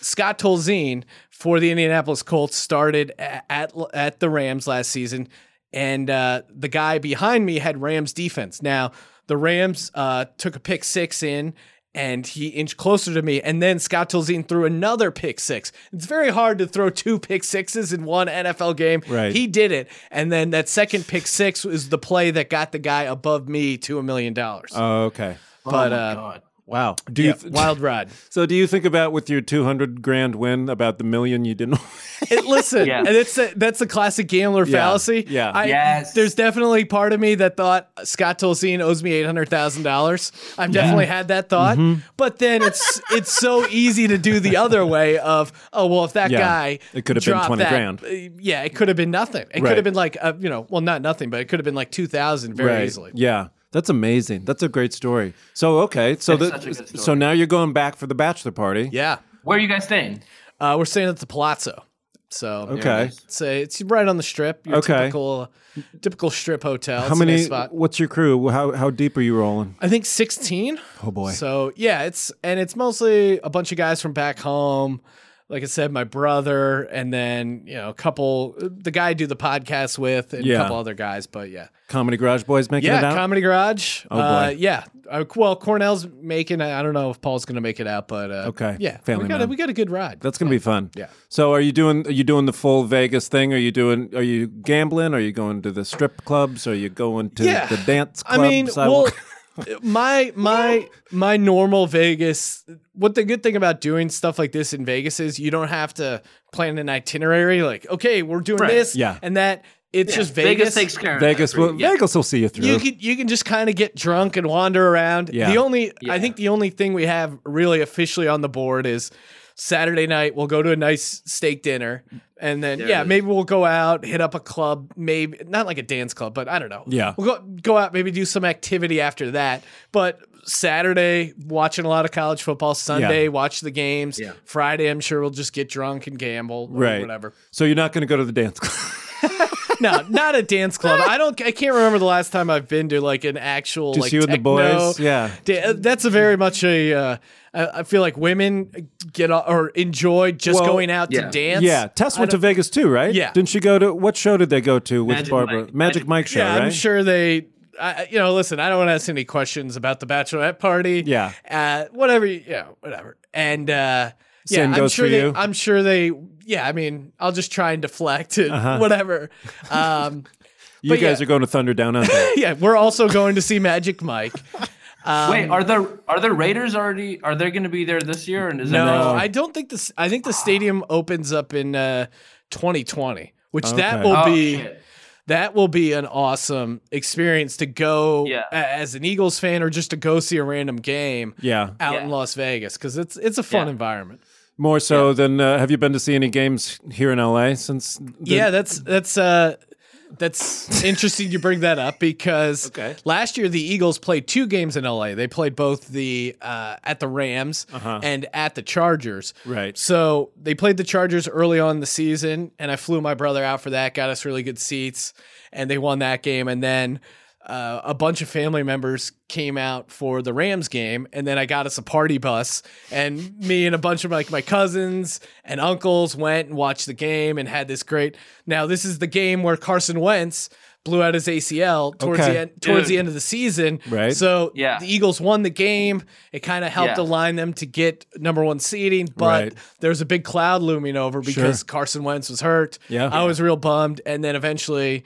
Speaker 5: Scott Tolzien for the Indianapolis Colts started a- at at the Rams last season, and uh, the guy behind me had Rams defense. Now the Rams uh, took a pick six in. And he inched closer to me, and then Scott Tolzien threw another pick six. It's very hard to throw two pick sixes in one NFL game.
Speaker 3: Right.
Speaker 5: He did it, and then that second pick six was the play that got the guy above me to a million dollars.
Speaker 3: Oh, okay.
Speaker 4: oh
Speaker 5: But
Speaker 4: my
Speaker 5: uh,
Speaker 4: God.
Speaker 3: Wow. Do you
Speaker 5: yeah,
Speaker 3: th-
Speaker 5: wild <laughs> ride.
Speaker 3: so do you think about with your 200 grand win about the million you didn't <laughs>
Speaker 5: It- listen,
Speaker 4: Yeah.
Speaker 5: and it's a, that's a classic gambler
Speaker 3: Yeah,
Speaker 5: fallacy.
Speaker 3: yeah.
Speaker 5: I,
Speaker 4: Yes.
Speaker 5: There's definitely part of me that thought Scott Tolzien owes me eight hundred thousand dollars. I've definitely had that thought,
Speaker 3: Mm-hmm.
Speaker 5: but then it's it's so easy to do the other way of oh well if that
Speaker 3: Yeah,
Speaker 5: guy
Speaker 3: it could have been
Speaker 5: dropped
Speaker 3: 20
Speaker 5: that,
Speaker 3: grand.
Speaker 5: uh, yeah it could have been nothing. It
Speaker 3: Right.
Speaker 5: could have been like uh, you know well not nothing, but it could have been like two thousand very easily.
Speaker 3: Yeah. That's amazing. That's a great story. So okay, so
Speaker 4: It's
Speaker 3: the,
Speaker 4: such a good story.
Speaker 3: so now you're going back for the bachelor party.
Speaker 5: Yeah,
Speaker 4: Where are you guys staying?
Speaker 5: uh, we're staying at the Palazzo, so
Speaker 3: Okay.
Speaker 5: It's a, it's right on the strip. Your
Speaker 3: Okay.
Speaker 5: typical typical strip hotel.
Speaker 3: How
Speaker 5: It's a
Speaker 3: many?
Speaker 5: nice spot.
Speaker 3: What's your crew? How how deep are you rolling?
Speaker 5: I think sixteen.
Speaker 3: Oh boy.
Speaker 5: So yeah, it's and it's mostly a bunch of guys from back home. Like I said, my brother, and then you know a couple. The guy I do the podcast with, and
Speaker 3: Yeah.
Speaker 5: a couple other guys. But yeah,
Speaker 3: Comedy Garage Boys making it
Speaker 5: yeah,
Speaker 3: out. Oh,
Speaker 5: Comedy Garage.
Speaker 3: boy.
Speaker 5: Uh, yeah. Uh, well, Cornell's making. I don't know if Paul's going to make it out, but uh,
Speaker 3: Okay.
Speaker 5: Yeah,
Speaker 3: Family
Speaker 5: we got a,
Speaker 3: man.
Speaker 5: we got a good ride.
Speaker 3: That's gonna be fun.
Speaker 5: Yeah.
Speaker 3: So are you doing are you doing the full Vegas thing? Are you doing are you gambling? Are you going to the strip clubs? Are you going to the dance club?
Speaker 5: I mean,
Speaker 3: sidewalk?
Speaker 5: well, <laughs> my my my normal Vegas. What the good thing about doing stuff like this in Vegas is you don't have to plan an itinerary. Like, okay, we're doing
Speaker 4: Right.
Speaker 5: this,
Speaker 3: Yeah.
Speaker 5: and that. It's just
Speaker 4: Vegas,
Speaker 5: Vegas.
Speaker 4: takes care of
Speaker 3: <laughs> Vegas
Speaker 4: that for you.
Speaker 3: will Vegas will see you through.
Speaker 5: you can you can just kind of get drunk and wander around.
Speaker 3: Yeah.
Speaker 5: The only
Speaker 4: Yeah.
Speaker 5: I think the only thing we have really officially on the board is Saturday night. We'll go to a nice steak dinner, and then
Speaker 4: There
Speaker 5: yeah,
Speaker 4: it is.
Speaker 5: maybe we'll go out, hit up a club, maybe not like a dance club, but I don't know.
Speaker 3: Yeah.
Speaker 5: we'll go go out, maybe do some activity after that. But Saturday, watching a lot of college football. Sunday, watch the games.
Speaker 4: Yeah.
Speaker 5: Friday, I'm sure we'll just get drunk and gamble. Or
Speaker 3: right.
Speaker 5: Whatever.
Speaker 3: So you're not gonna go to the dance club.
Speaker 5: No, not a dance club. I don't. I can't remember the last time I've been to like an actual
Speaker 3: Just
Speaker 5: like
Speaker 3: you and the
Speaker 5: techno
Speaker 3: boys? Yeah.
Speaker 5: da- that's a very much a. Uh, I I feel like women get o- or enjoy just
Speaker 3: Well,
Speaker 5: going out
Speaker 4: yeah.
Speaker 5: to <laughs> dance.
Speaker 3: yeah. Tess
Speaker 5: I
Speaker 3: went to
Speaker 5: don't-
Speaker 3: Vegas too, right?
Speaker 5: Yeah.
Speaker 3: Didn't she go to what show did they go to with
Speaker 4: Magic
Speaker 3: Barbara?
Speaker 4: Mike.
Speaker 3: Magic Mike show,
Speaker 5: Yeah,
Speaker 3: right?
Speaker 5: I'm sure they. I, you know, listen. I don't want to ask any questions about the bachelorette party.
Speaker 3: Yeah.
Speaker 5: Uh, whatever. you- Yeah. Whatever. And uh, yeah,
Speaker 3: Same
Speaker 5: I'm
Speaker 3: goes
Speaker 5: sure
Speaker 3: for
Speaker 5: they,
Speaker 3: you.
Speaker 5: I'm sure they. Yeah. I mean, I'll just try and deflect and
Speaker 3: Uh-huh.
Speaker 5: whatever. Um, <laughs>
Speaker 3: You
Speaker 5: but yeah.
Speaker 3: guys are going to Thunder Down Under.
Speaker 5: <laughs> yeah. We're also going to see Magic Mike. Um,
Speaker 4: Wait, are there are there Raiders already? Are they going to be there this year? And is
Speaker 5: No,
Speaker 4: there
Speaker 5: I don't think this. I think the stadium opens up in uh, 2020, which that
Speaker 3: Okay.
Speaker 5: will
Speaker 4: Oh,
Speaker 5: be
Speaker 4: shit.
Speaker 5: that will be an awesome experience to go
Speaker 4: Yeah.
Speaker 5: a- as an Eagles fan or just to go see a random game
Speaker 3: yeah.
Speaker 5: out
Speaker 4: Yeah.
Speaker 5: in Las Vegas because it's it's a fun
Speaker 4: Yeah.
Speaker 5: environment.
Speaker 3: More so than uh, have you been to see any games here in LA since the-
Speaker 5: yeah, that's that's uh that's interesting you bring that up
Speaker 3: <laughs>
Speaker 5: because
Speaker 3: Okay.
Speaker 5: last year the Eagles played two games in LA. They played both the uh, at the Rams
Speaker 3: Uh-huh.
Speaker 5: and at the Chargers.
Speaker 3: Right.
Speaker 5: So they played the Chargers early on in the season, and I flew my brother out for that. Got us really good seats, and they won that game. And then uh, a bunch of family members came out for the Rams game, and then I got us a party bus, and me and a bunch of like my cousins and uncles went and watched the game and had this great. Now this is the game where Carson Wentz blew out his ACL towards
Speaker 3: Okay.
Speaker 5: the end, towards the
Speaker 4: Dude.
Speaker 5: end of the season.
Speaker 3: Right.
Speaker 5: So
Speaker 4: Yeah.
Speaker 5: the Eagles won the game. It kind of helped
Speaker 4: Yeah.
Speaker 5: align them to get number one seeding, but
Speaker 3: Right.
Speaker 5: there was a big cloud looming over because
Speaker 3: Sure.
Speaker 5: Carson Wentz was hurt.
Speaker 3: Yeah.
Speaker 5: I was real bummed, and then eventually.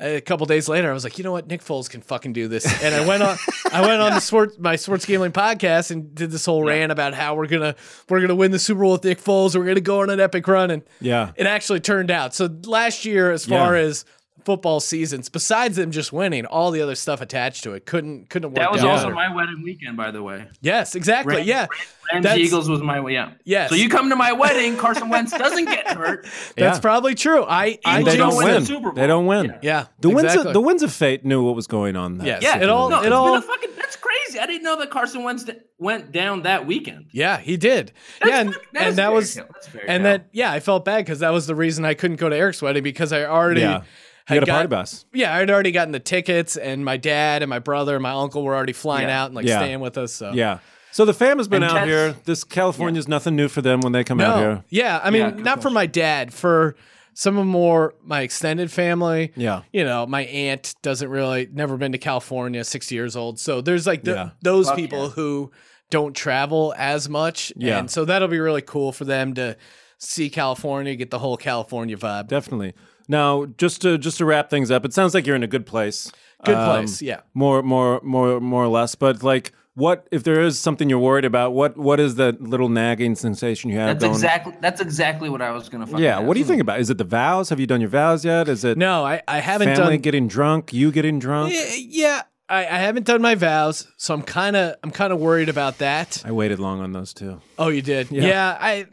Speaker 5: A couple days later, I was like, you know what, Nick Foles can fucking do this, and I went on. I
Speaker 3: <laughs>
Speaker 5: went on the sports my sports gambling podcast and did this whole rant about how we're gonna we're gonna win the Super Bowl with Nick Foles. We're gonna go on an epic run, and
Speaker 3: Yeah.
Speaker 5: it actually turned out. So last year, as far
Speaker 3: Yeah.
Speaker 5: as football seasons, besides them just winning, all the other stuff attached to it couldn't couldn't work.
Speaker 4: that was
Speaker 5: out
Speaker 4: also
Speaker 5: better.
Speaker 4: my wedding weekend, by the way.
Speaker 5: yes, exactly.
Speaker 4: Ram-
Speaker 5: yeah,
Speaker 4: Rams
Speaker 5: That's-
Speaker 4: Eagles was my yeah.
Speaker 5: Yes.
Speaker 4: So you come to my wedding, Carson Wentz doesn't get
Speaker 5: <laughs>
Speaker 4: hurt.
Speaker 5: that's
Speaker 3: Yeah.
Speaker 5: probably true. I, I
Speaker 3: they
Speaker 4: They don't
Speaker 3: don't
Speaker 5: jinxed
Speaker 4: win the
Speaker 3: win.
Speaker 5: it.
Speaker 4: Super Bowl.
Speaker 3: They don't win.
Speaker 5: Yeah,
Speaker 3: The winds
Speaker 5: exactly.
Speaker 3: of, the winds of fate knew what was going on. There.
Speaker 5: Yes.
Speaker 4: Yeah,
Speaker 5: It all-
Speaker 4: No,
Speaker 5: it
Speaker 4: it's
Speaker 5: all-
Speaker 4: been a fucking. That's crazy. I didn't know that Carson Wentz d- went down that weekend.
Speaker 5: Yeah, he did.
Speaker 4: That's
Speaker 5: yeah, and,
Speaker 4: fuck- that
Speaker 5: and
Speaker 4: is
Speaker 5: that
Speaker 4: fairy
Speaker 5: was
Speaker 4: tale. That's fairy
Speaker 5: and
Speaker 4: tale.
Speaker 5: that yeah, I felt bad because that was the reason I couldn't go to Eric's wedding because I already
Speaker 3: Yeah.
Speaker 5: had
Speaker 3: You got a
Speaker 5: got-
Speaker 3: party bus.
Speaker 5: Yeah, I had already gotten the tickets, and my dad and my brother and my uncle were already flying
Speaker 4: Yeah.
Speaker 5: out and like
Speaker 3: Yeah.
Speaker 5: staying with us. So
Speaker 3: Yeah. So the fam has been
Speaker 4: And
Speaker 3: out
Speaker 4: Tess-
Speaker 3: here. This California's nothing new for them when they come out here.
Speaker 5: Yeah, I mean,
Speaker 4: Yeah,
Speaker 5: not for my dad, for some of more my extended family.
Speaker 3: Yeah.
Speaker 5: You know, my aunt doesn't really never been to California, 60 years old. So there's like the,
Speaker 3: Yeah.
Speaker 5: those
Speaker 4: Fuck
Speaker 5: people
Speaker 4: yeah.
Speaker 5: who don't travel as much.
Speaker 3: Yeah.
Speaker 5: And so that'll be really cool for them to see California, get the whole California vibe.
Speaker 3: Definitely. Now, just to just to wrap things up, it sounds like you're in a good place.
Speaker 5: Good
Speaker 3: Um,
Speaker 5: place, yeah.
Speaker 3: More, more, more, more or less. But like, what if there is something you're worried about? What what is that little nagging sensation you have
Speaker 4: That's
Speaker 3: going?
Speaker 4: exactly that's exactly what I was gonna. Fucking
Speaker 3: yeah.
Speaker 4: ask.
Speaker 3: What do you think about? Is it the vows? Have you done your vows yet? Is it
Speaker 5: No, I, I haven't
Speaker 3: family
Speaker 5: done
Speaker 3: getting drunk? You getting drunk?
Speaker 5: Eh, Yeah, I, I haven't done my vows, so I'm kind of I'm kind of worried about that.
Speaker 3: I waited long on those too.
Speaker 5: Oh, you did? Yeah, I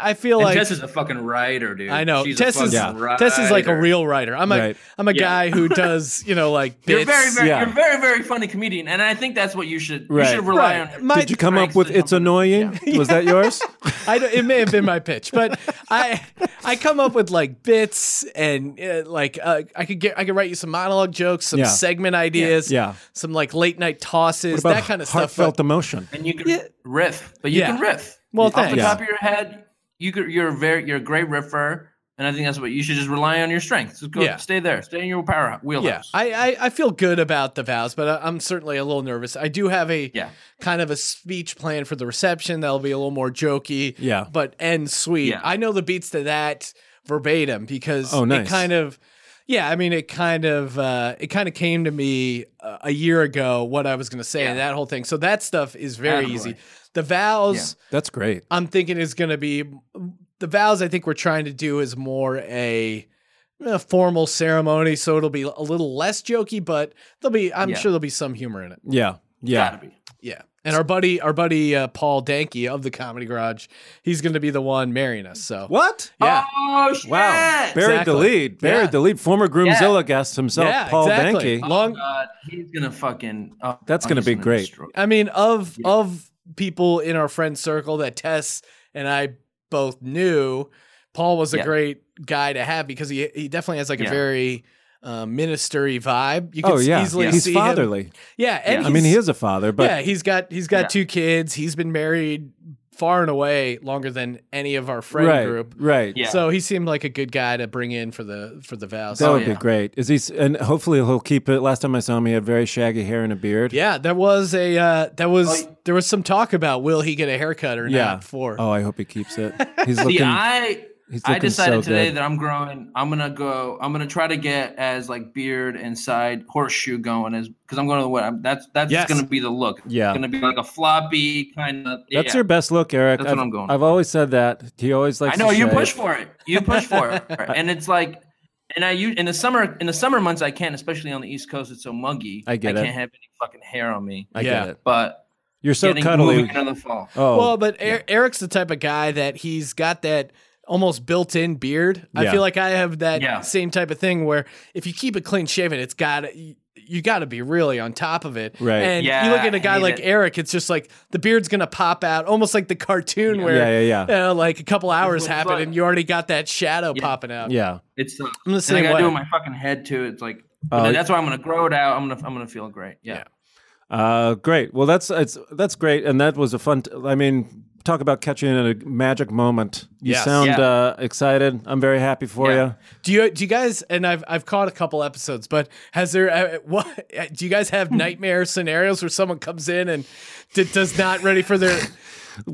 Speaker 5: I feel
Speaker 4: And
Speaker 5: like
Speaker 4: Tess is a fucking writer, dude.
Speaker 5: I know.
Speaker 4: She's a
Speaker 5: Tess is
Speaker 4: fucking
Speaker 3: Yeah.
Speaker 5: Tess is like a
Speaker 4: writer.
Speaker 5: real writer. I'm a
Speaker 3: Right.
Speaker 5: am a
Speaker 4: Yeah. <laughs>
Speaker 5: guy who does you know like bits.
Speaker 4: You're very, very,
Speaker 3: Yeah.
Speaker 4: you're very, very funny comedian, and I think that's what you should.
Speaker 3: Right.
Speaker 4: You should rely
Speaker 5: Right.
Speaker 4: on.
Speaker 5: My-
Speaker 3: Did you come up
Speaker 4: Frank's
Speaker 3: with
Speaker 4: the
Speaker 3: "It's
Speaker 4: company.
Speaker 3: annoying"? Was that
Speaker 5: <laughs>
Speaker 3: yours?
Speaker 5: I don't- it may have been my pitch, but I I come up with like bits and uh, like uh, I could get I could write you some monologue jokes, some
Speaker 3: Yeah.
Speaker 5: segment ideas,
Speaker 3: Yeah.
Speaker 5: some like late night tosses,
Speaker 3: About
Speaker 5: that kind of stuff.
Speaker 3: heartfelt
Speaker 5: But,
Speaker 3: emotion.
Speaker 4: and you can riff, but you
Speaker 5: Yeah.
Speaker 4: can riff.
Speaker 5: Well,
Speaker 4: off
Speaker 5: thanks.
Speaker 4: the top of your head, you could, you're a very, you're a great riffer, and I think that's what you should just rely on your strengths. Just go,
Speaker 5: Yeah.
Speaker 4: stay there, stay in your power
Speaker 5: yeah,
Speaker 4: wheelhouse.
Speaker 5: I, I I feel good about the vows, but I, I'm certainly a little nervous. I do have a
Speaker 4: Yeah.
Speaker 5: kind of a speech plan for the reception that'll be a little more jokey,
Speaker 3: Yeah.
Speaker 5: but and sweet.
Speaker 4: Yeah.
Speaker 5: I know the beats to that verbatim because
Speaker 3: Oh,
Speaker 5: it
Speaker 3: nice.
Speaker 5: kind of, yeah, I mean, it kind of, uh, it kind of came to me uh, a, a year ago what I was going to say and that whole thing. So that stuff is very
Speaker 4: Attaboy.
Speaker 5: easy. The vows,
Speaker 3: That's great.
Speaker 5: I'm thinking is going to be the vows. I think we're trying to do is more a, a formal ceremony, so it'll be a little less jokey, but there'll be, I'm
Speaker 4: Yeah.
Speaker 5: sure there'll be some humor in it.
Speaker 3: Yeah. Yeah.
Speaker 4: Gotta be.
Speaker 5: Yeah. And our buddy, our buddy uh, Paul Danke of the Comedy Garage, he's going to be the one marrying us. So
Speaker 3: What?
Speaker 5: Yeah.
Speaker 4: Oh shit!
Speaker 3: Wow. Buried
Speaker 5: Exactly.
Speaker 3: the lead. Buried
Speaker 5: Yeah.
Speaker 3: the lead. Former Groomzilla guest himself,
Speaker 5: Yeah,
Speaker 3: Paul
Speaker 5: exactly.
Speaker 3: Danke.
Speaker 5: Long.
Speaker 4: Oh, God, he's gonna fucking. oh,
Speaker 3: That's
Speaker 4: I'm
Speaker 3: gonna
Speaker 4: just
Speaker 3: be great.
Speaker 4: destroy-
Speaker 5: I mean, of of people in our friend circle that Tess and I both knew, Paul was a
Speaker 4: Yeah.
Speaker 5: great guy to have because he he definitely has like a
Speaker 4: Yeah.
Speaker 5: very um, ministery vibe. You can
Speaker 3: Oh
Speaker 5: s-
Speaker 3: yeah.
Speaker 5: easily
Speaker 3: He's
Speaker 5: see Him.
Speaker 3: fatherly.
Speaker 5: Yeah, and
Speaker 4: Yeah.
Speaker 3: I mean, he
Speaker 5: he's-
Speaker 3: is a father, but
Speaker 5: yeah, he's got he's got
Speaker 4: Yeah.
Speaker 5: two kids. He's been married far and away longer than any of our friend
Speaker 3: right,
Speaker 5: group.
Speaker 3: right.
Speaker 4: Yeah.
Speaker 5: So he seemed like a good guy to bring in for the for the vows.
Speaker 3: That
Speaker 4: Oh,
Speaker 3: would be
Speaker 4: yeah.
Speaker 3: great. Is he? s- And hopefully he'll keep it. Last time I saw him, he had very shaggy hair and a beard.
Speaker 5: yeah, there was a uh, that was
Speaker 4: Oh,
Speaker 5: there was some talk about will he get a haircut or
Speaker 3: Yeah.
Speaker 5: not for
Speaker 3: Oh, I hope he
Speaker 4: <laughs>
Speaker 3: keeps it. He's looking.
Speaker 4: See, I
Speaker 3: he's looking
Speaker 4: I decided
Speaker 3: so
Speaker 4: today
Speaker 3: good.
Speaker 4: that I'm growing. I'm gonna go. I'm gonna try to get as like beard and side horseshoe going as because I'm going to the way. I'm- That's that's
Speaker 5: Yes.
Speaker 4: gonna be the look.
Speaker 3: Yeah.
Speaker 4: it's gonna be like a floppy kind of.
Speaker 3: That's your best look, Eric.
Speaker 4: That's
Speaker 3: I've,
Speaker 4: what I'm going
Speaker 3: I've always said that. He always likes.
Speaker 4: I know
Speaker 3: to
Speaker 4: you
Speaker 3: shave.
Speaker 4: push for it. You push for
Speaker 3: <laughs>
Speaker 4: it, and it's like, and I use in the summer in the summer months I can't, especially on the East Coast. It's so muggy.
Speaker 3: I get
Speaker 4: I
Speaker 3: it.
Speaker 4: can't have any fucking hair on me.
Speaker 3: I
Speaker 5: Yeah.
Speaker 3: get it.
Speaker 4: But
Speaker 3: You're so
Speaker 4: getting
Speaker 3: cuddly.
Speaker 4: moving into the fall.
Speaker 3: Oh,
Speaker 5: Well, but er- Eric's the type of guy that he's got that almost built-in beard. I
Speaker 3: Yeah.
Speaker 5: feel like I have that
Speaker 4: Yeah.
Speaker 5: same type of thing where if you keep it clean shaven, it's got to you got to be really on top of it.
Speaker 3: Right.
Speaker 5: And you
Speaker 4: Yeah,
Speaker 5: look at a
Speaker 4: I
Speaker 5: guy
Speaker 4: hate
Speaker 5: like
Speaker 4: it.
Speaker 5: Eric, it's just like the beard's gonna pop out, almost like the cartoon where
Speaker 3: Yeah, yeah, yeah.
Speaker 5: you know, like a couple hours
Speaker 4: what it's
Speaker 5: happen
Speaker 4: like.
Speaker 5: and you already got that shadow popping out.
Speaker 3: yeah.
Speaker 4: It's uh,
Speaker 5: I'm the
Speaker 4: and I
Speaker 5: same
Speaker 4: gotta do it
Speaker 5: way.
Speaker 4: with my fucking head too. It's like
Speaker 3: Oh,
Speaker 4: but then that's why I'm gonna grow it out. I'm gonna I'm gonna feel great.
Speaker 5: Yeah.
Speaker 4: Yeah.
Speaker 3: Uh, great. Well, that's it's, that's great, and that was a fun. T- I mean, talk about catching in a magic moment. You
Speaker 5: Yes.
Speaker 3: sound
Speaker 4: Yeah.
Speaker 3: uh, excited. I'm very happy for
Speaker 4: Yeah.
Speaker 3: you.
Speaker 5: Do you do you guys? And I've I've caught a couple episodes, but has there uh, what? <laughs> uh, Do you guys have nightmare scenarios where someone comes in and d- does not ready for their?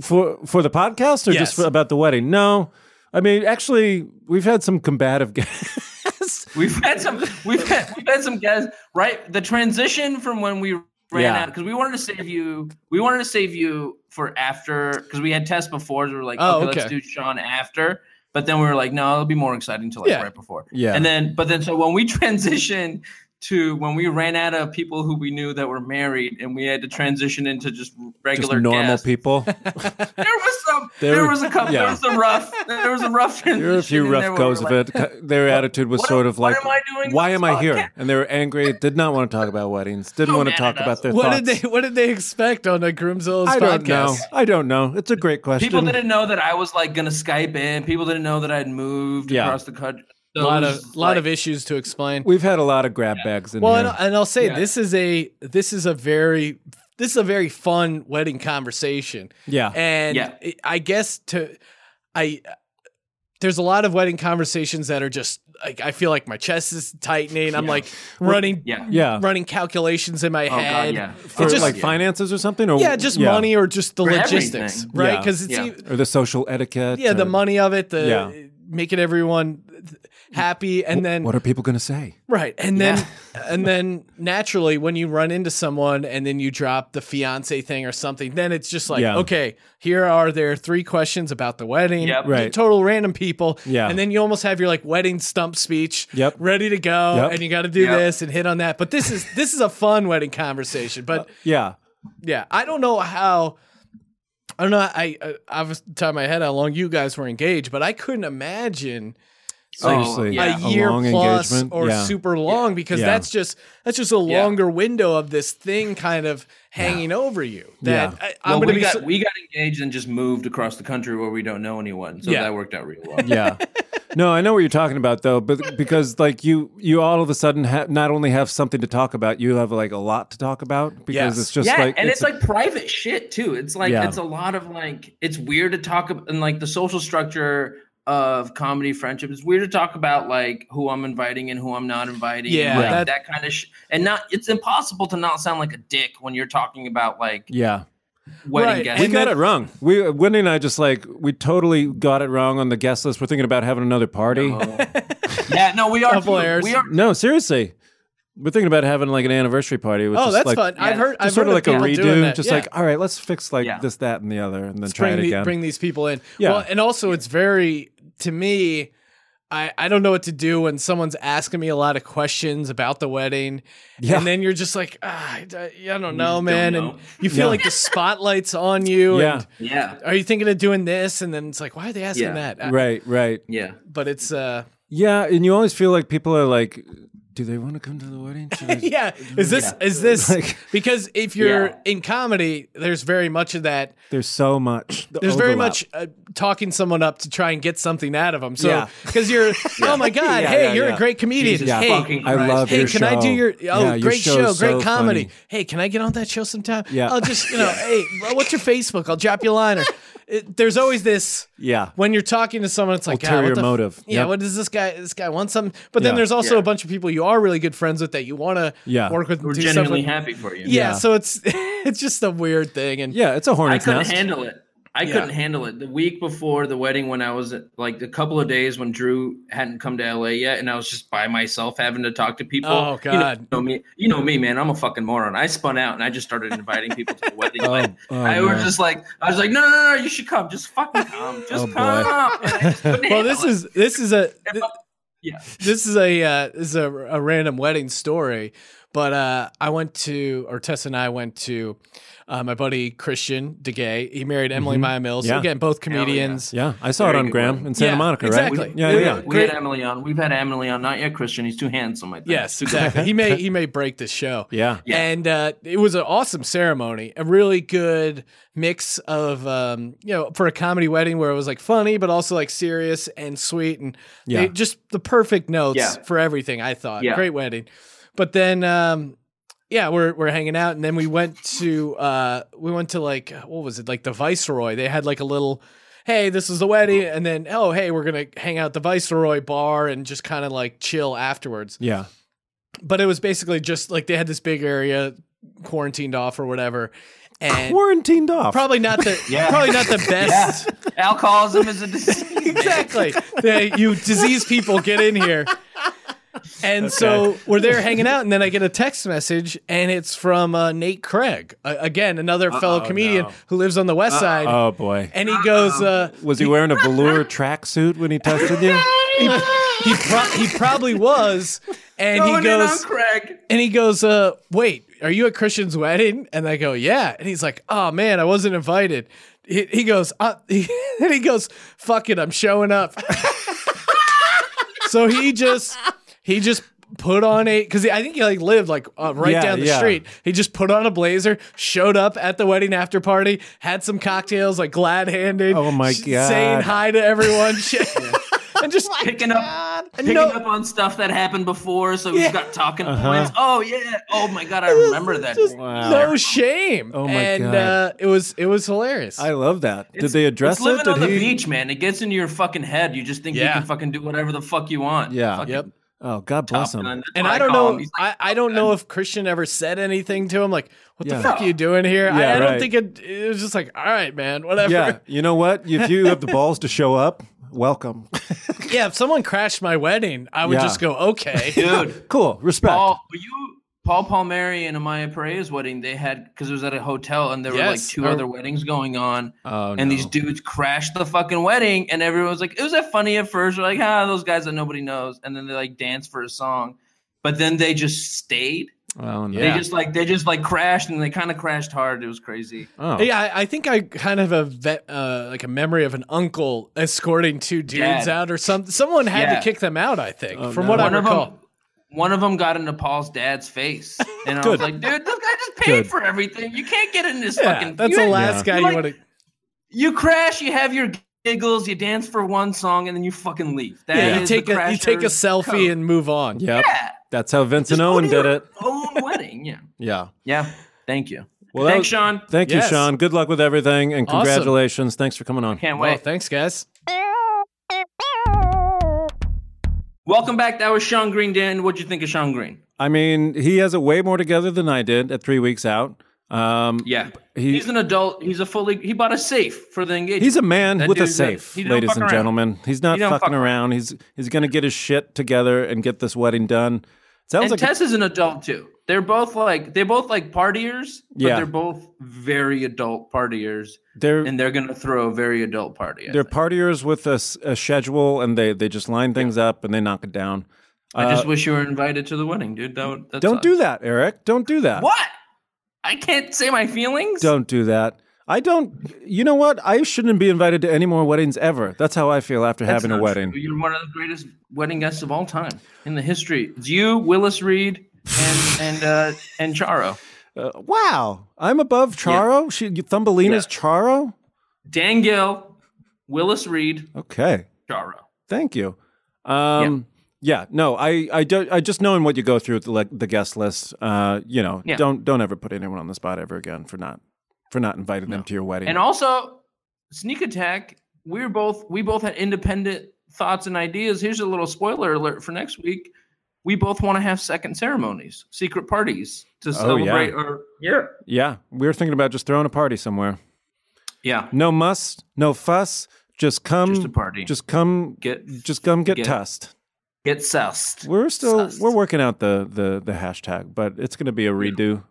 Speaker 3: for for the podcast or
Speaker 5: Yes.
Speaker 3: just for, about the wedding? No, I mean actually, we've had some combative <laughs> guests.
Speaker 4: We've had some
Speaker 3: <laughs>
Speaker 4: we've had we've had some guys right the transition from when we ran
Speaker 3: Yeah.
Speaker 4: out because we wanted to save you we wanted to save you for after because we had tests before so we were like
Speaker 5: Oh,
Speaker 4: okay,
Speaker 5: okay.
Speaker 4: let's do Sean after but then we were like no it'll be more exciting to like
Speaker 5: Yeah.
Speaker 4: right before
Speaker 3: Yeah.
Speaker 4: and then but then so when we <laughs> transitioned to when we ran out of people who we knew that were married and we had to transition into just
Speaker 3: just
Speaker 4: regular
Speaker 3: normal
Speaker 4: guests. <laughs>
Speaker 3: people.
Speaker 4: there was some
Speaker 3: <laughs> There
Speaker 4: there,
Speaker 3: were-
Speaker 4: was a couple
Speaker 3: yeah.
Speaker 4: there was some rough there was a rough
Speaker 3: <laughs> There were a
Speaker 4: transition
Speaker 3: few
Speaker 4: in there
Speaker 3: rough
Speaker 4: where we
Speaker 3: goes
Speaker 4: were
Speaker 3: of
Speaker 4: like,
Speaker 3: it. C- Their attitude was
Speaker 4: what
Speaker 3: sort
Speaker 4: am-
Speaker 3: of
Speaker 4: what
Speaker 3: like,
Speaker 4: am I doing
Speaker 3: "Why
Speaker 4: on
Speaker 3: am
Speaker 4: this
Speaker 3: I here?"
Speaker 4: podcast?
Speaker 3: And they were angry. Did not want to talk about weddings. Didn't
Speaker 4: So
Speaker 3: want to
Speaker 4: mad
Speaker 3: talk
Speaker 4: at us.
Speaker 3: about <laughs> their
Speaker 5: What
Speaker 3: thoughts.
Speaker 5: did they What did they expect on a Groomzilla's
Speaker 3: I don't
Speaker 5: podcast?
Speaker 3: know. I don't know. It's a great question.
Speaker 4: People didn't know that I was like gonna Skype in. People didn't know that I'd moved
Speaker 3: Yeah.
Speaker 4: across the country.
Speaker 5: A lot of lot of issues to explain.
Speaker 3: We've had a lot of grab bags in
Speaker 5: Well, uh,
Speaker 3: here.
Speaker 5: and, and I'll say
Speaker 4: Yeah.
Speaker 5: this is a this is a very this is a very fun wedding conversation.
Speaker 3: Yeah.
Speaker 5: And
Speaker 4: Yeah.
Speaker 5: it- I guess to I there's a lot of wedding conversations that are just like I feel like my chest is tightening. I'm like running
Speaker 4: Yeah.
Speaker 3: Yeah.
Speaker 5: running calculations in my
Speaker 4: Uh, Oh, God,
Speaker 5: head.
Speaker 4: yeah.
Speaker 3: For
Speaker 5: It's just
Speaker 3: like finances or something, or
Speaker 5: yeah, just money or just the
Speaker 4: For
Speaker 5: logistics,
Speaker 4: everything.
Speaker 5: right?
Speaker 3: Yeah.
Speaker 5: Because it's
Speaker 4: Yeah.
Speaker 5: e-
Speaker 3: or the social etiquette.
Speaker 5: yeah, the
Speaker 3: or-
Speaker 5: money of it, the
Speaker 3: Yeah.
Speaker 5: making everyone happy, and then
Speaker 3: What are people going to say?
Speaker 5: right, and then
Speaker 4: <laughs>
Speaker 5: and then naturally, when you run into someone and then you drop the fiance thing or something, then it's just like,
Speaker 3: Yeah.
Speaker 5: okay, here are their three questions about the wedding,
Speaker 4: Yep.
Speaker 3: Right.
Speaker 5: Total random people,
Speaker 3: Yeah.
Speaker 5: and then you almost have your like wedding stump speech,
Speaker 3: Yep.
Speaker 5: ready to go,
Speaker 3: Yep.
Speaker 5: and you got to do
Speaker 4: Yep.
Speaker 5: this and hit on that. But this is this is a fun wedding conversation, but.
Speaker 3: Yeah.
Speaker 5: Yeah, I don't know how. I don't know. I I, I was top of my head how long you guys were engaged, but I couldn't imagine
Speaker 3: Seriously.
Speaker 4: yeah.
Speaker 5: a year
Speaker 3: long
Speaker 5: plus
Speaker 3: engagement.
Speaker 5: or
Speaker 3: yeah.
Speaker 5: super long because
Speaker 3: Yeah.
Speaker 5: that's just that's just a longer window of this thing kind of hanging over you. That
Speaker 3: Yeah.
Speaker 5: I,
Speaker 4: Well,
Speaker 5: I'm gonna
Speaker 4: we
Speaker 5: be.
Speaker 4: got
Speaker 5: so-
Speaker 4: we got engaged and just moved across the country where we don't know anyone, so
Speaker 5: Yeah.
Speaker 4: that worked out real well.
Speaker 5: <laughs>
Speaker 3: yeah no i know what you're talking about though but because like you you all of a sudden ha- not only have something to talk about you have like a lot to talk about because
Speaker 5: Yes.
Speaker 3: it's just
Speaker 4: yeah,
Speaker 3: like
Speaker 4: and it's, like private shit too. It's like
Speaker 3: Yeah.
Speaker 4: it's a lot of like it's weird to talk about and like the social structure of comedy friendship. It's weird to talk about like who I'm inviting and who I'm not inviting. and,
Speaker 5: Yeah,
Speaker 4: like,
Speaker 5: that-
Speaker 4: that, kind of sh- and not it's impossible to not sound like a dick when you're talking about like
Speaker 3: yeah
Speaker 4: wedding
Speaker 5: Right,
Speaker 4: guests.
Speaker 3: we
Speaker 5: And
Speaker 3: got it
Speaker 5: then-
Speaker 3: wrong. We Wendy and I just like we totally got it wrong on the guest list. We're thinking about having another party. No,
Speaker 4: Oh. <laughs> yeah, no, we are. too.
Speaker 5: Couple airs.
Speaker 4: We are.
Speaker 3: seriously, we're thinking about having like an anniversary party. Which
Speaker 5: oh,
Speaker 3: is
Speaker 5: that's
Speaker 3: like,
Speaker 5: fun. I've
Speaker 4: yeah,
Speaker 5: heard.
Speaker 3: Just
Speaker 5: I've
Speaker 3: sort
Speaker 5: heard
Speaker 3: of like a
Speaker 5: people doing
Speaker 3: redo.
Speaker 5: that,
Speaker 3: Just
Speaker 5: yeah.
Speaker 3: like all right, let's fix like
Speaker 4: Yeah.
Speaker 3: this, that, and the other, and then try
Speaker 5: bring,
Speaker 3: it
Speaker 5: the-
Speaker 3: again.
Speaker 5: bring these people in.
Speaker 3: Yeah.
Speaker 5: Well, and also it's very to me. I, I don't know what to do when someone's asking me a lot of questions about the wedding,
Speaker 3: Yeah.
Speaker 5: and then you're just like, ah, I, d- I don't know,
Speaker 4: just
Speaker 5: man,
Speaker 4: don't know.
Speaker 5: and you feel
Speaker 3: Yeah.
Speaker 5: like the spotlight's on you.
Speaker 3: yeah,
Speaker 5: And
Speaker 4: Yeah,
Speaker 5: are you thinking of doing this? And then it's like, why are they asking
Speaker 4: Yeah.
Speaker 5: that? I-
Speaker 3: right, right.
Speaker 4: yeah.
Speaker 5: But it's uh,
Speaker 3: Yeah, and you always feel like people are like, do they want to come to the
Speaker 5: <laughs>
Speaker 3: wedding? Should I-
Speaker 5: yeah. Is this is
Speaker 3: <laughs>
Speaker 5: this
Speaker 3: Like-
Speaker 5: because if you're
Speaker 4: Yeah.
Speaker 5: in comedy, there's very much of that
Speaker 3: There's so much. the
Speaker 5: there's very
Speaker 3: overlap.
Speaker 5: much uh, talking someone up to try and get something out of them. So
Speaker 3: Yeah.
Speaker 5: because you're, oh my
Speaker 3: <laughs>
Speaker 5: god,
Speaker 3: Yeah,
Speaker 5: hey,
Speaker 3: yeah,
Speaker 5: you're
Speaker 3: yeah.
Speaker 5: a great comedian.
Speaker 4: Jesus
Speaker 5: hey,
Speaker 4: fucking
Speaker 3: I
Speaker 4: Christ.
Speaker 3: love
Speaker 5: hey,
Speaker 3: your
Speaker 5: can I do
Speaker 3: show.
Speaker 5: your oh
Speaker 3: Yeah, your
Speaker 5: great show,
Speaker 3: show's
Speaker 5: great
Speaker 3: so
Speaker 5: comedy?
Speaker 3: funny.
Speaker 5: Hey, can I get on that show sometime?
Speaker 3: <laughs> Yeah.
Speaker 5: I'll just you know, hey, well, what's your Facebook? I'll drop you a line.
Speaker 3: <laughs>
Speaker 5: Or it, there's always this.
Speaker 3: Yeah.
Speaker 5: When you're talking to someone, it's like God,
Speaker 3: Ulterior
Speaker 5: what the f-
Speaker 3: motive.
Speaker 5: yeah,
Speaker 3: Yep.
Speaker 5: what does this guy? This guy want something? But then
Speaker 3: Yeah.
Speaker 5: there's also
Speaker 4: Yeah.
Speaker 5: a bunch of people you are really good friends with that you want to
Speaker 3: Yeah.
Speaker 5: work with. and
Speaker 4: We're
Speaker 5: do stuff
Speaker 4: genuinely
Speaker 5: with.
Speaker 4: happy for you.
Speaker 5: Yeah,
Speaker 3: Yeah.
Speaker 5: so it's <laughs> it's just a weird thing, and
Speaker 3: Yeah, it's a
Speaker 4: I
Speaker 3: hornet's
Speaker 4: couldn't
Speaker 3: nest.
Speaker 4: handle it. I couldn't handle it. The week before the wedding, when I was like a couple of days when Drew hadn't come to LA yet, and I was just by myself having to talk to people.
Speaker 5: Oh,
Speaker 4: You know-
Speaker 5: God.
Speaker 4: you know me, you know me, man. I'm a fucking moron. I spun out and I just started inviting people to the
Speaker 5: <laughs>
Speaker 4: wedding. like,
Speaker 3: oh,
Speaker 4: I was
Speaker 3: no.
Speaker 4: just like, I was like, no, no, no, no, you should come. Just fucking
Speaker 5: <laughs>
Speaker 4: come. Just
Speaker 3: boy.
Speaker 4: come. And I just couldn't
Speaker 5: Oh,
Speaker 4: handle
Speaker 5: well this
Speaker 4: it.
Speaker 5: is this is a
Speaker 4: If I- yeah.
Speaker 5: this is a uh, this is a, a random wedding story but uh, i went to or tess and i went to uh, my buddy christian degay he married emily maya mills
Speaker 3: Mm-hmm. Yeah.
Speaker 5: again both
Speaker 4: yeah.
Speaker 5: comedians
Speaker 3: Yeah, I saw it
Speaker 4: Very
Speaker 3: on
Speaker 4: good
Speaker 3: Graham
Speaker 4: one.
Speaker 3: in Santa
Speaker 5: Yeah,
Speaker 3: Monica, right?
Speaker 5: exactly.
Speaker 3: Yeah,
Speaker 5: We-
Speaker 3: yeah, yeah.
Speaker 4: We had Emily on. We've had Emily on. Not yet, Christian. He's too handsome. I think.
Speaker 5: yes exactly he may he may break this show
Speaker 3: <laughs> Yeah.
Speaker 4: Yeah.
Speaker 5: And uh, it was an awesome ceremony, a really good mix of, um, you know, for a comedy wedding where it was like funny, but also like serious and sweet. And
Speaker 3: Yeah.
Speaker 5: they- just the perfect notes
Speaker 4: Yeah.
Speaker 5: for everything, I thought.
Speaker 4: Yeah.
Speaker 5: Great wedding. But then, um, yeah, we're, we're hanging out. And then we went to, uh, we went to like, what was it? Like the Viceroy. They had like a little, hey, this is the wedding. And then, oh, hey, we're going to hang out at the Viceroy bar and just kind of like chill afterwards
Speaker 3: Yeah.
Speaker 5: but it was basically just like they had this big area quarantined off or whatever, and
Speaker 3: Quarantined off.
Speaker 5: probably not the
Speaker 4: <laughs> Yeah.
Speaker 5: probably not the best.
Speaker 4: <laughs> Alcoholism is a disease.
Speaker 5: <laughs> Exactly, Yeah, you disease people get in here. And so we're there hanging out, and then I get a text message, and it's from uh, Nate Craig, uh, again another fellow comedian who lives on the West Side,
Speaker 3: Oh boy.
Speaker 5: and he goes, uh,
Speaker 3: Was he wearing a
Speaker 4: <laughs>
Speaker 3: velour tracksuit when he texted you?
Speaker 5: he pro- he probably was, and
Speaker 4: Going
Speaker 5: he
Speaker 4: in on
Speaker 5: goes,
Speaker 4: Craig.
Speaker 5: And he goes, uh, wait, are you at Christian's wedding? And I go, yeah. And he's like, oh man, I wasn't invited. He, he goes, uh, <laughs> and he goes, fuck it, I'm showing up. <laughs> so he just, he just put on a, cause I think he like lived like uh, right
Speaker 3: Yeah,
Speaker 5: down the
Speaker 3: yeah.
Speaker 5: street. He just put on a blazer, showed up at the wedding after party, had some cocktails, like glad handed.
Speaker 3: Oh, my God.
Speaker 4: <laughs>
Speaker 5: Saying hi to everyone. <laughs> Sh- and just
Speaker 4: Picking up, picking
Speaker 5: No.
Speaker 4: up on stuff that happened before, so he's
Speaker 5: Yeah.
Speaker 4: got talking
Speaker 3: Uh-huh.
Speaker 4: points. Oh yeah, oh my god, I remember that.
Speaker 5: just
Speaker 3: Wow.
Speaker 5: no shame.
Speaker 3: Oh my
Speaker 5: and,
Speaker 3: God.
Speaker 5: uh, it was it was hilarious.
Speaker 3: I love that. Did
Speaker 4: It's-
Speaker 3: they address
Speaker 4: it's living
Speaker 3: it? Did
Speaker 4: on the
Speaker 3: he-
Speaker 4: beach, man. It gets into your fucking head. You just think you
Speaker 5: Yeah.
Speaker 4: can fucking do whatever the fuck you want.
Speaker 3: Yeah.
Speaker 4: Fucking
Speaker 5: yep.
Speaker 3: Oh, God
Speaker 4: Top
Speaker 3: bless him.
Speaker 4: Gun. That's
Speaker 5: And
Speaker 4: what
Speaker 5: I don't
Speaker 4: call
Speaker 5: know.
Speaker 4: him. He's like, "Oh,
Speaker 5: I, I don't know if Christian ever said anything to him. Like, what
Speaker 3: Yeah.
Speaker 5: the fuck are you doing here? I,
Speaker 3: Yeah,
Speaker 5: I don't
Speaker 3: right.
Speaker 5: think it. It was just like, all right, man, whatever.
Speaker 3: Yeah, you know what? If you have the balls to show up, welcome.
Speaker 5: <laughs> Yeah, if someone crashed my wedding, I would
Speaker 3: Yeah.
Speaker 5: just go,
Speaker 4: <laughs>
Speaker 5: okay.
Speaker 4: dude,
Speaker 3: Cool, respect.
Speaker 4: Paul, were you Paul Palmieri and Amaya Perea's wedding? They had because it was at a hotel, and there were like
Speaker 5: Yes.
Speaker 4: two
Speaker 5: Our-
Speaker 4: other weddings going on,
Speaker 3: oh,
Speaker 4: and these dudes crashed the fucking wedding, and everyone was like, "It was that funny at first. We're like, ah, those guys that nobody knows," and then they like danced for a song, but then they just stayed.
Speaker 3: Oh, no.
Speaker 5: Yeah.
Speaker 4: They just like they just like crashed, and they kind of crashed hard. It was crazy.
Speaker 3: Oh.
Speaker 5: <laughs> yeah, I, I think I kind of have a vet, uh, like a memory of an uncle escorting two dudes
Speaker 4: Dad.
Speaker 5: out or something. Someone had
Speaker 4: Yeah.
Speaker 5: to kick them out. I think,
Speaker 3: Oh,
Speaker 5: from
Speaker 3: no.
Speaker 5: what
Speaker 4: One
Speaker 5: I
Speaker 4: of 'em-
Speaker 5: recall.
Speaker 4: One of them got into Paul's dad's
Speaker 5: <laughs>
Speaker 4: face, and I
Speaker 3: Good.
Speaker 4: was like, "Dude, this guy just paid
Speaker 3: Good.
Speaker 4: for everything. You can't get in this
Speaker 5: Yeah,
Speaker 4: fucking.
Speaker 5: that's
Speaker 4: you
Speaker 5: the
Speaker 4: ain't-
Speaker 5: last guy
Speaker 4: you
Speaker 5: you
Speaker 4: like-
Speaker 5: want to.
Speaker 4: You crash, you have your giggles, you dance for one song, and then you fucking leave. That
Speaker 5: Yeah, you
Speaker 4: is
Speaker 5: take
Speaker 4: the
Speaker 5: a you take a
Speaker 4: crasher's
Speaker 5: selfie
Speaker 4: code.
Speaker 5: and move on.
Speaker 3: Yep.
Speaker 4: yeah,
Speaker 3: That's how
Speaker 4: Just
Speaker 3: Vincent
Speaker 4: go
Speaker 3: Owen
Speaker 4: to
Speaker 3: did
Speaker 4: your
Speaker 3: it.
Speaker 4: Own wedding, yeah,
Speaker 3: <laughs> Yeah.
Speaker 4: yeah. Thank you.
Speaker 3: Well, that
Speaker 4: Thanks,
Speaker 3: was-
Speaker 4: Sean.
Speaker 3: Thank
Speaker 5: Yes.
Speaker 3: you, Sean. Good luck with everything, and
Speaker 5: Awesome.
Speaker 3: congratulations. Thanks for coming on.
Speaker 4: Can't
Speaker 5: Well,
Speaker 4: wait.
Speaker 5: thanks, guys.
Speaker 4: Welcome back. That was Sean Green. Dan, what'd you think of Sean Green?
Speaker 3: I mean, he has it way more together than I did at three weeks out. Um,
Speaker 4: Yeah,
Speaker 3: he-
Speaker 4: he's an adult. He's a fully. He bought a safe for the engagement.
Speaker 3: He's a man
Speaker 4: That
Speaker 3: with a
Speaker 4: dude's a-
Speaker 3: safe,
Speaker 4: he don't
Speaker 3: ladies
Speaker 4: fuck
Speaker 3: and
Speaker 4: around.
Speaker 3: gentlemen. He's not
Speaker 4: He don't
Speaker 3: fucking
Speaker 4: fuck
Speaker 3: around. He's he's gonna get his shit together and get this wedding done. Sounds
Speaker 4: and
Speaker 3: like a-
Speaker 4: Tess is an adult too. They're both like they're both like partiers, but
Speaker 3: Yeah.
Speaker 4: they're both very adult partiers,
Speaker 3: they're
Speaker 4: and they're gonna throw a very adult party. I
Speaker 3: they're
Speaker 4: think.
Speaker 3: partiers with a, s- a schedule, and they they just line things up and they knock it down.
Speaker 4: I just
Speaker 3: Uh,
Speaker 4: wish you were invited to the wedding, dude. That, would- that
Speaker 3: don't
Speaker 4: sucks.
Speaker 3: do that, Eric. Don't do that.
Speaker 4: What? I can't say my feelings.
Speaker 3: Don't do that. I don't. You know what? I shouldn't be invited to any more weddings ever. That's how I feel after
Speaker 4: That's
Speaker 3: having a
Speaker 4: not
Speaker 3: wedding.
Speaker 4: true. You're one of the greatest wedding guests of all time in the history. It's you, Willis Reed,
Speaker 3: <sighs>
Speaker 4: and and uh, and Charo.
Speaker 3: Uh, wow, I'm above Charo. She Thumbelina's Charo.
Speaker 4: Dan Gill, Willis Reed,
Speaker 3: Okay,
Speaker 4: Charo.
Speaker 3: thank you. Um, yeah. no, I, I don't. I just knowing what you go through with the, like, the guest list. Uh, you know,
Speaker 4: Yeah.
Speaker 3: don't don't ever put anyone on the spot ever again for not for not inviting them to your wedding.
Speaker 4: And also, sneak attack. We are both we both had independent thoughts and ideas. Here's a little spoiler alert for next week. We both want to have second ceremonies, secret parties to
Speaker 3: Oh,
Speaker 4: celebrate. Or yeah,
Speaker 3: yeah, we were thinking about just throwing a party somewhere.
Speaker 4: yeah,
Speaker 3: No muss, no fuss. Just come.
Speaker 4: just a party.
Speaker 3: just come.
Speaker 4: Get-
Speaker 3: Just come. Get,
Speaker 4: get-
Speaker 3: tussed.
Speaker 4: get sussed.
Speaker 3: We're still
Speaker 4: Sussed.
Speaker 3: we're working out the the the hashtag, but it's going to be a redo.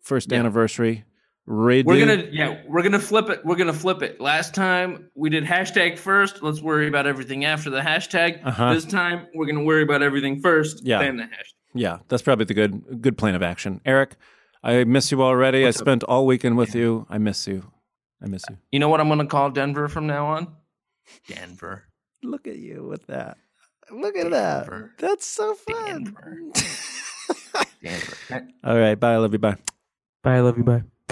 Speaker 3: First
Speaker 4: Yeah.
Speaker 3: anniversary redo.
Speaker 4: We're gonna yeah, we're gonna flip it. We're gonna flip it. Last time we did hashtag first. Let's worry about everything after the hashtag.
Speaker 3: Uh-huh.
Speaker 4: This time we're gonna worry about everything first.
Speaker 3: Yeah.
Speaker 4: Then the hashtag.
Speaker 3: yeah, that's probably the good good plan of action. Eric, I miss you already. I spent all weekend with you. I miss you. I miss you.
Speaker 4: You know what I'm gonna call Denver from now on? Denver.
Speaker 3: Look at you with that. Look at that.
Speaker 4: Denver.
Speaker 3: That's so
Speaker 4: Denver. Denver.
Speaker 3: all right, bye. I love you. Bye.
Speaker 4: Bye. I love you. Bye.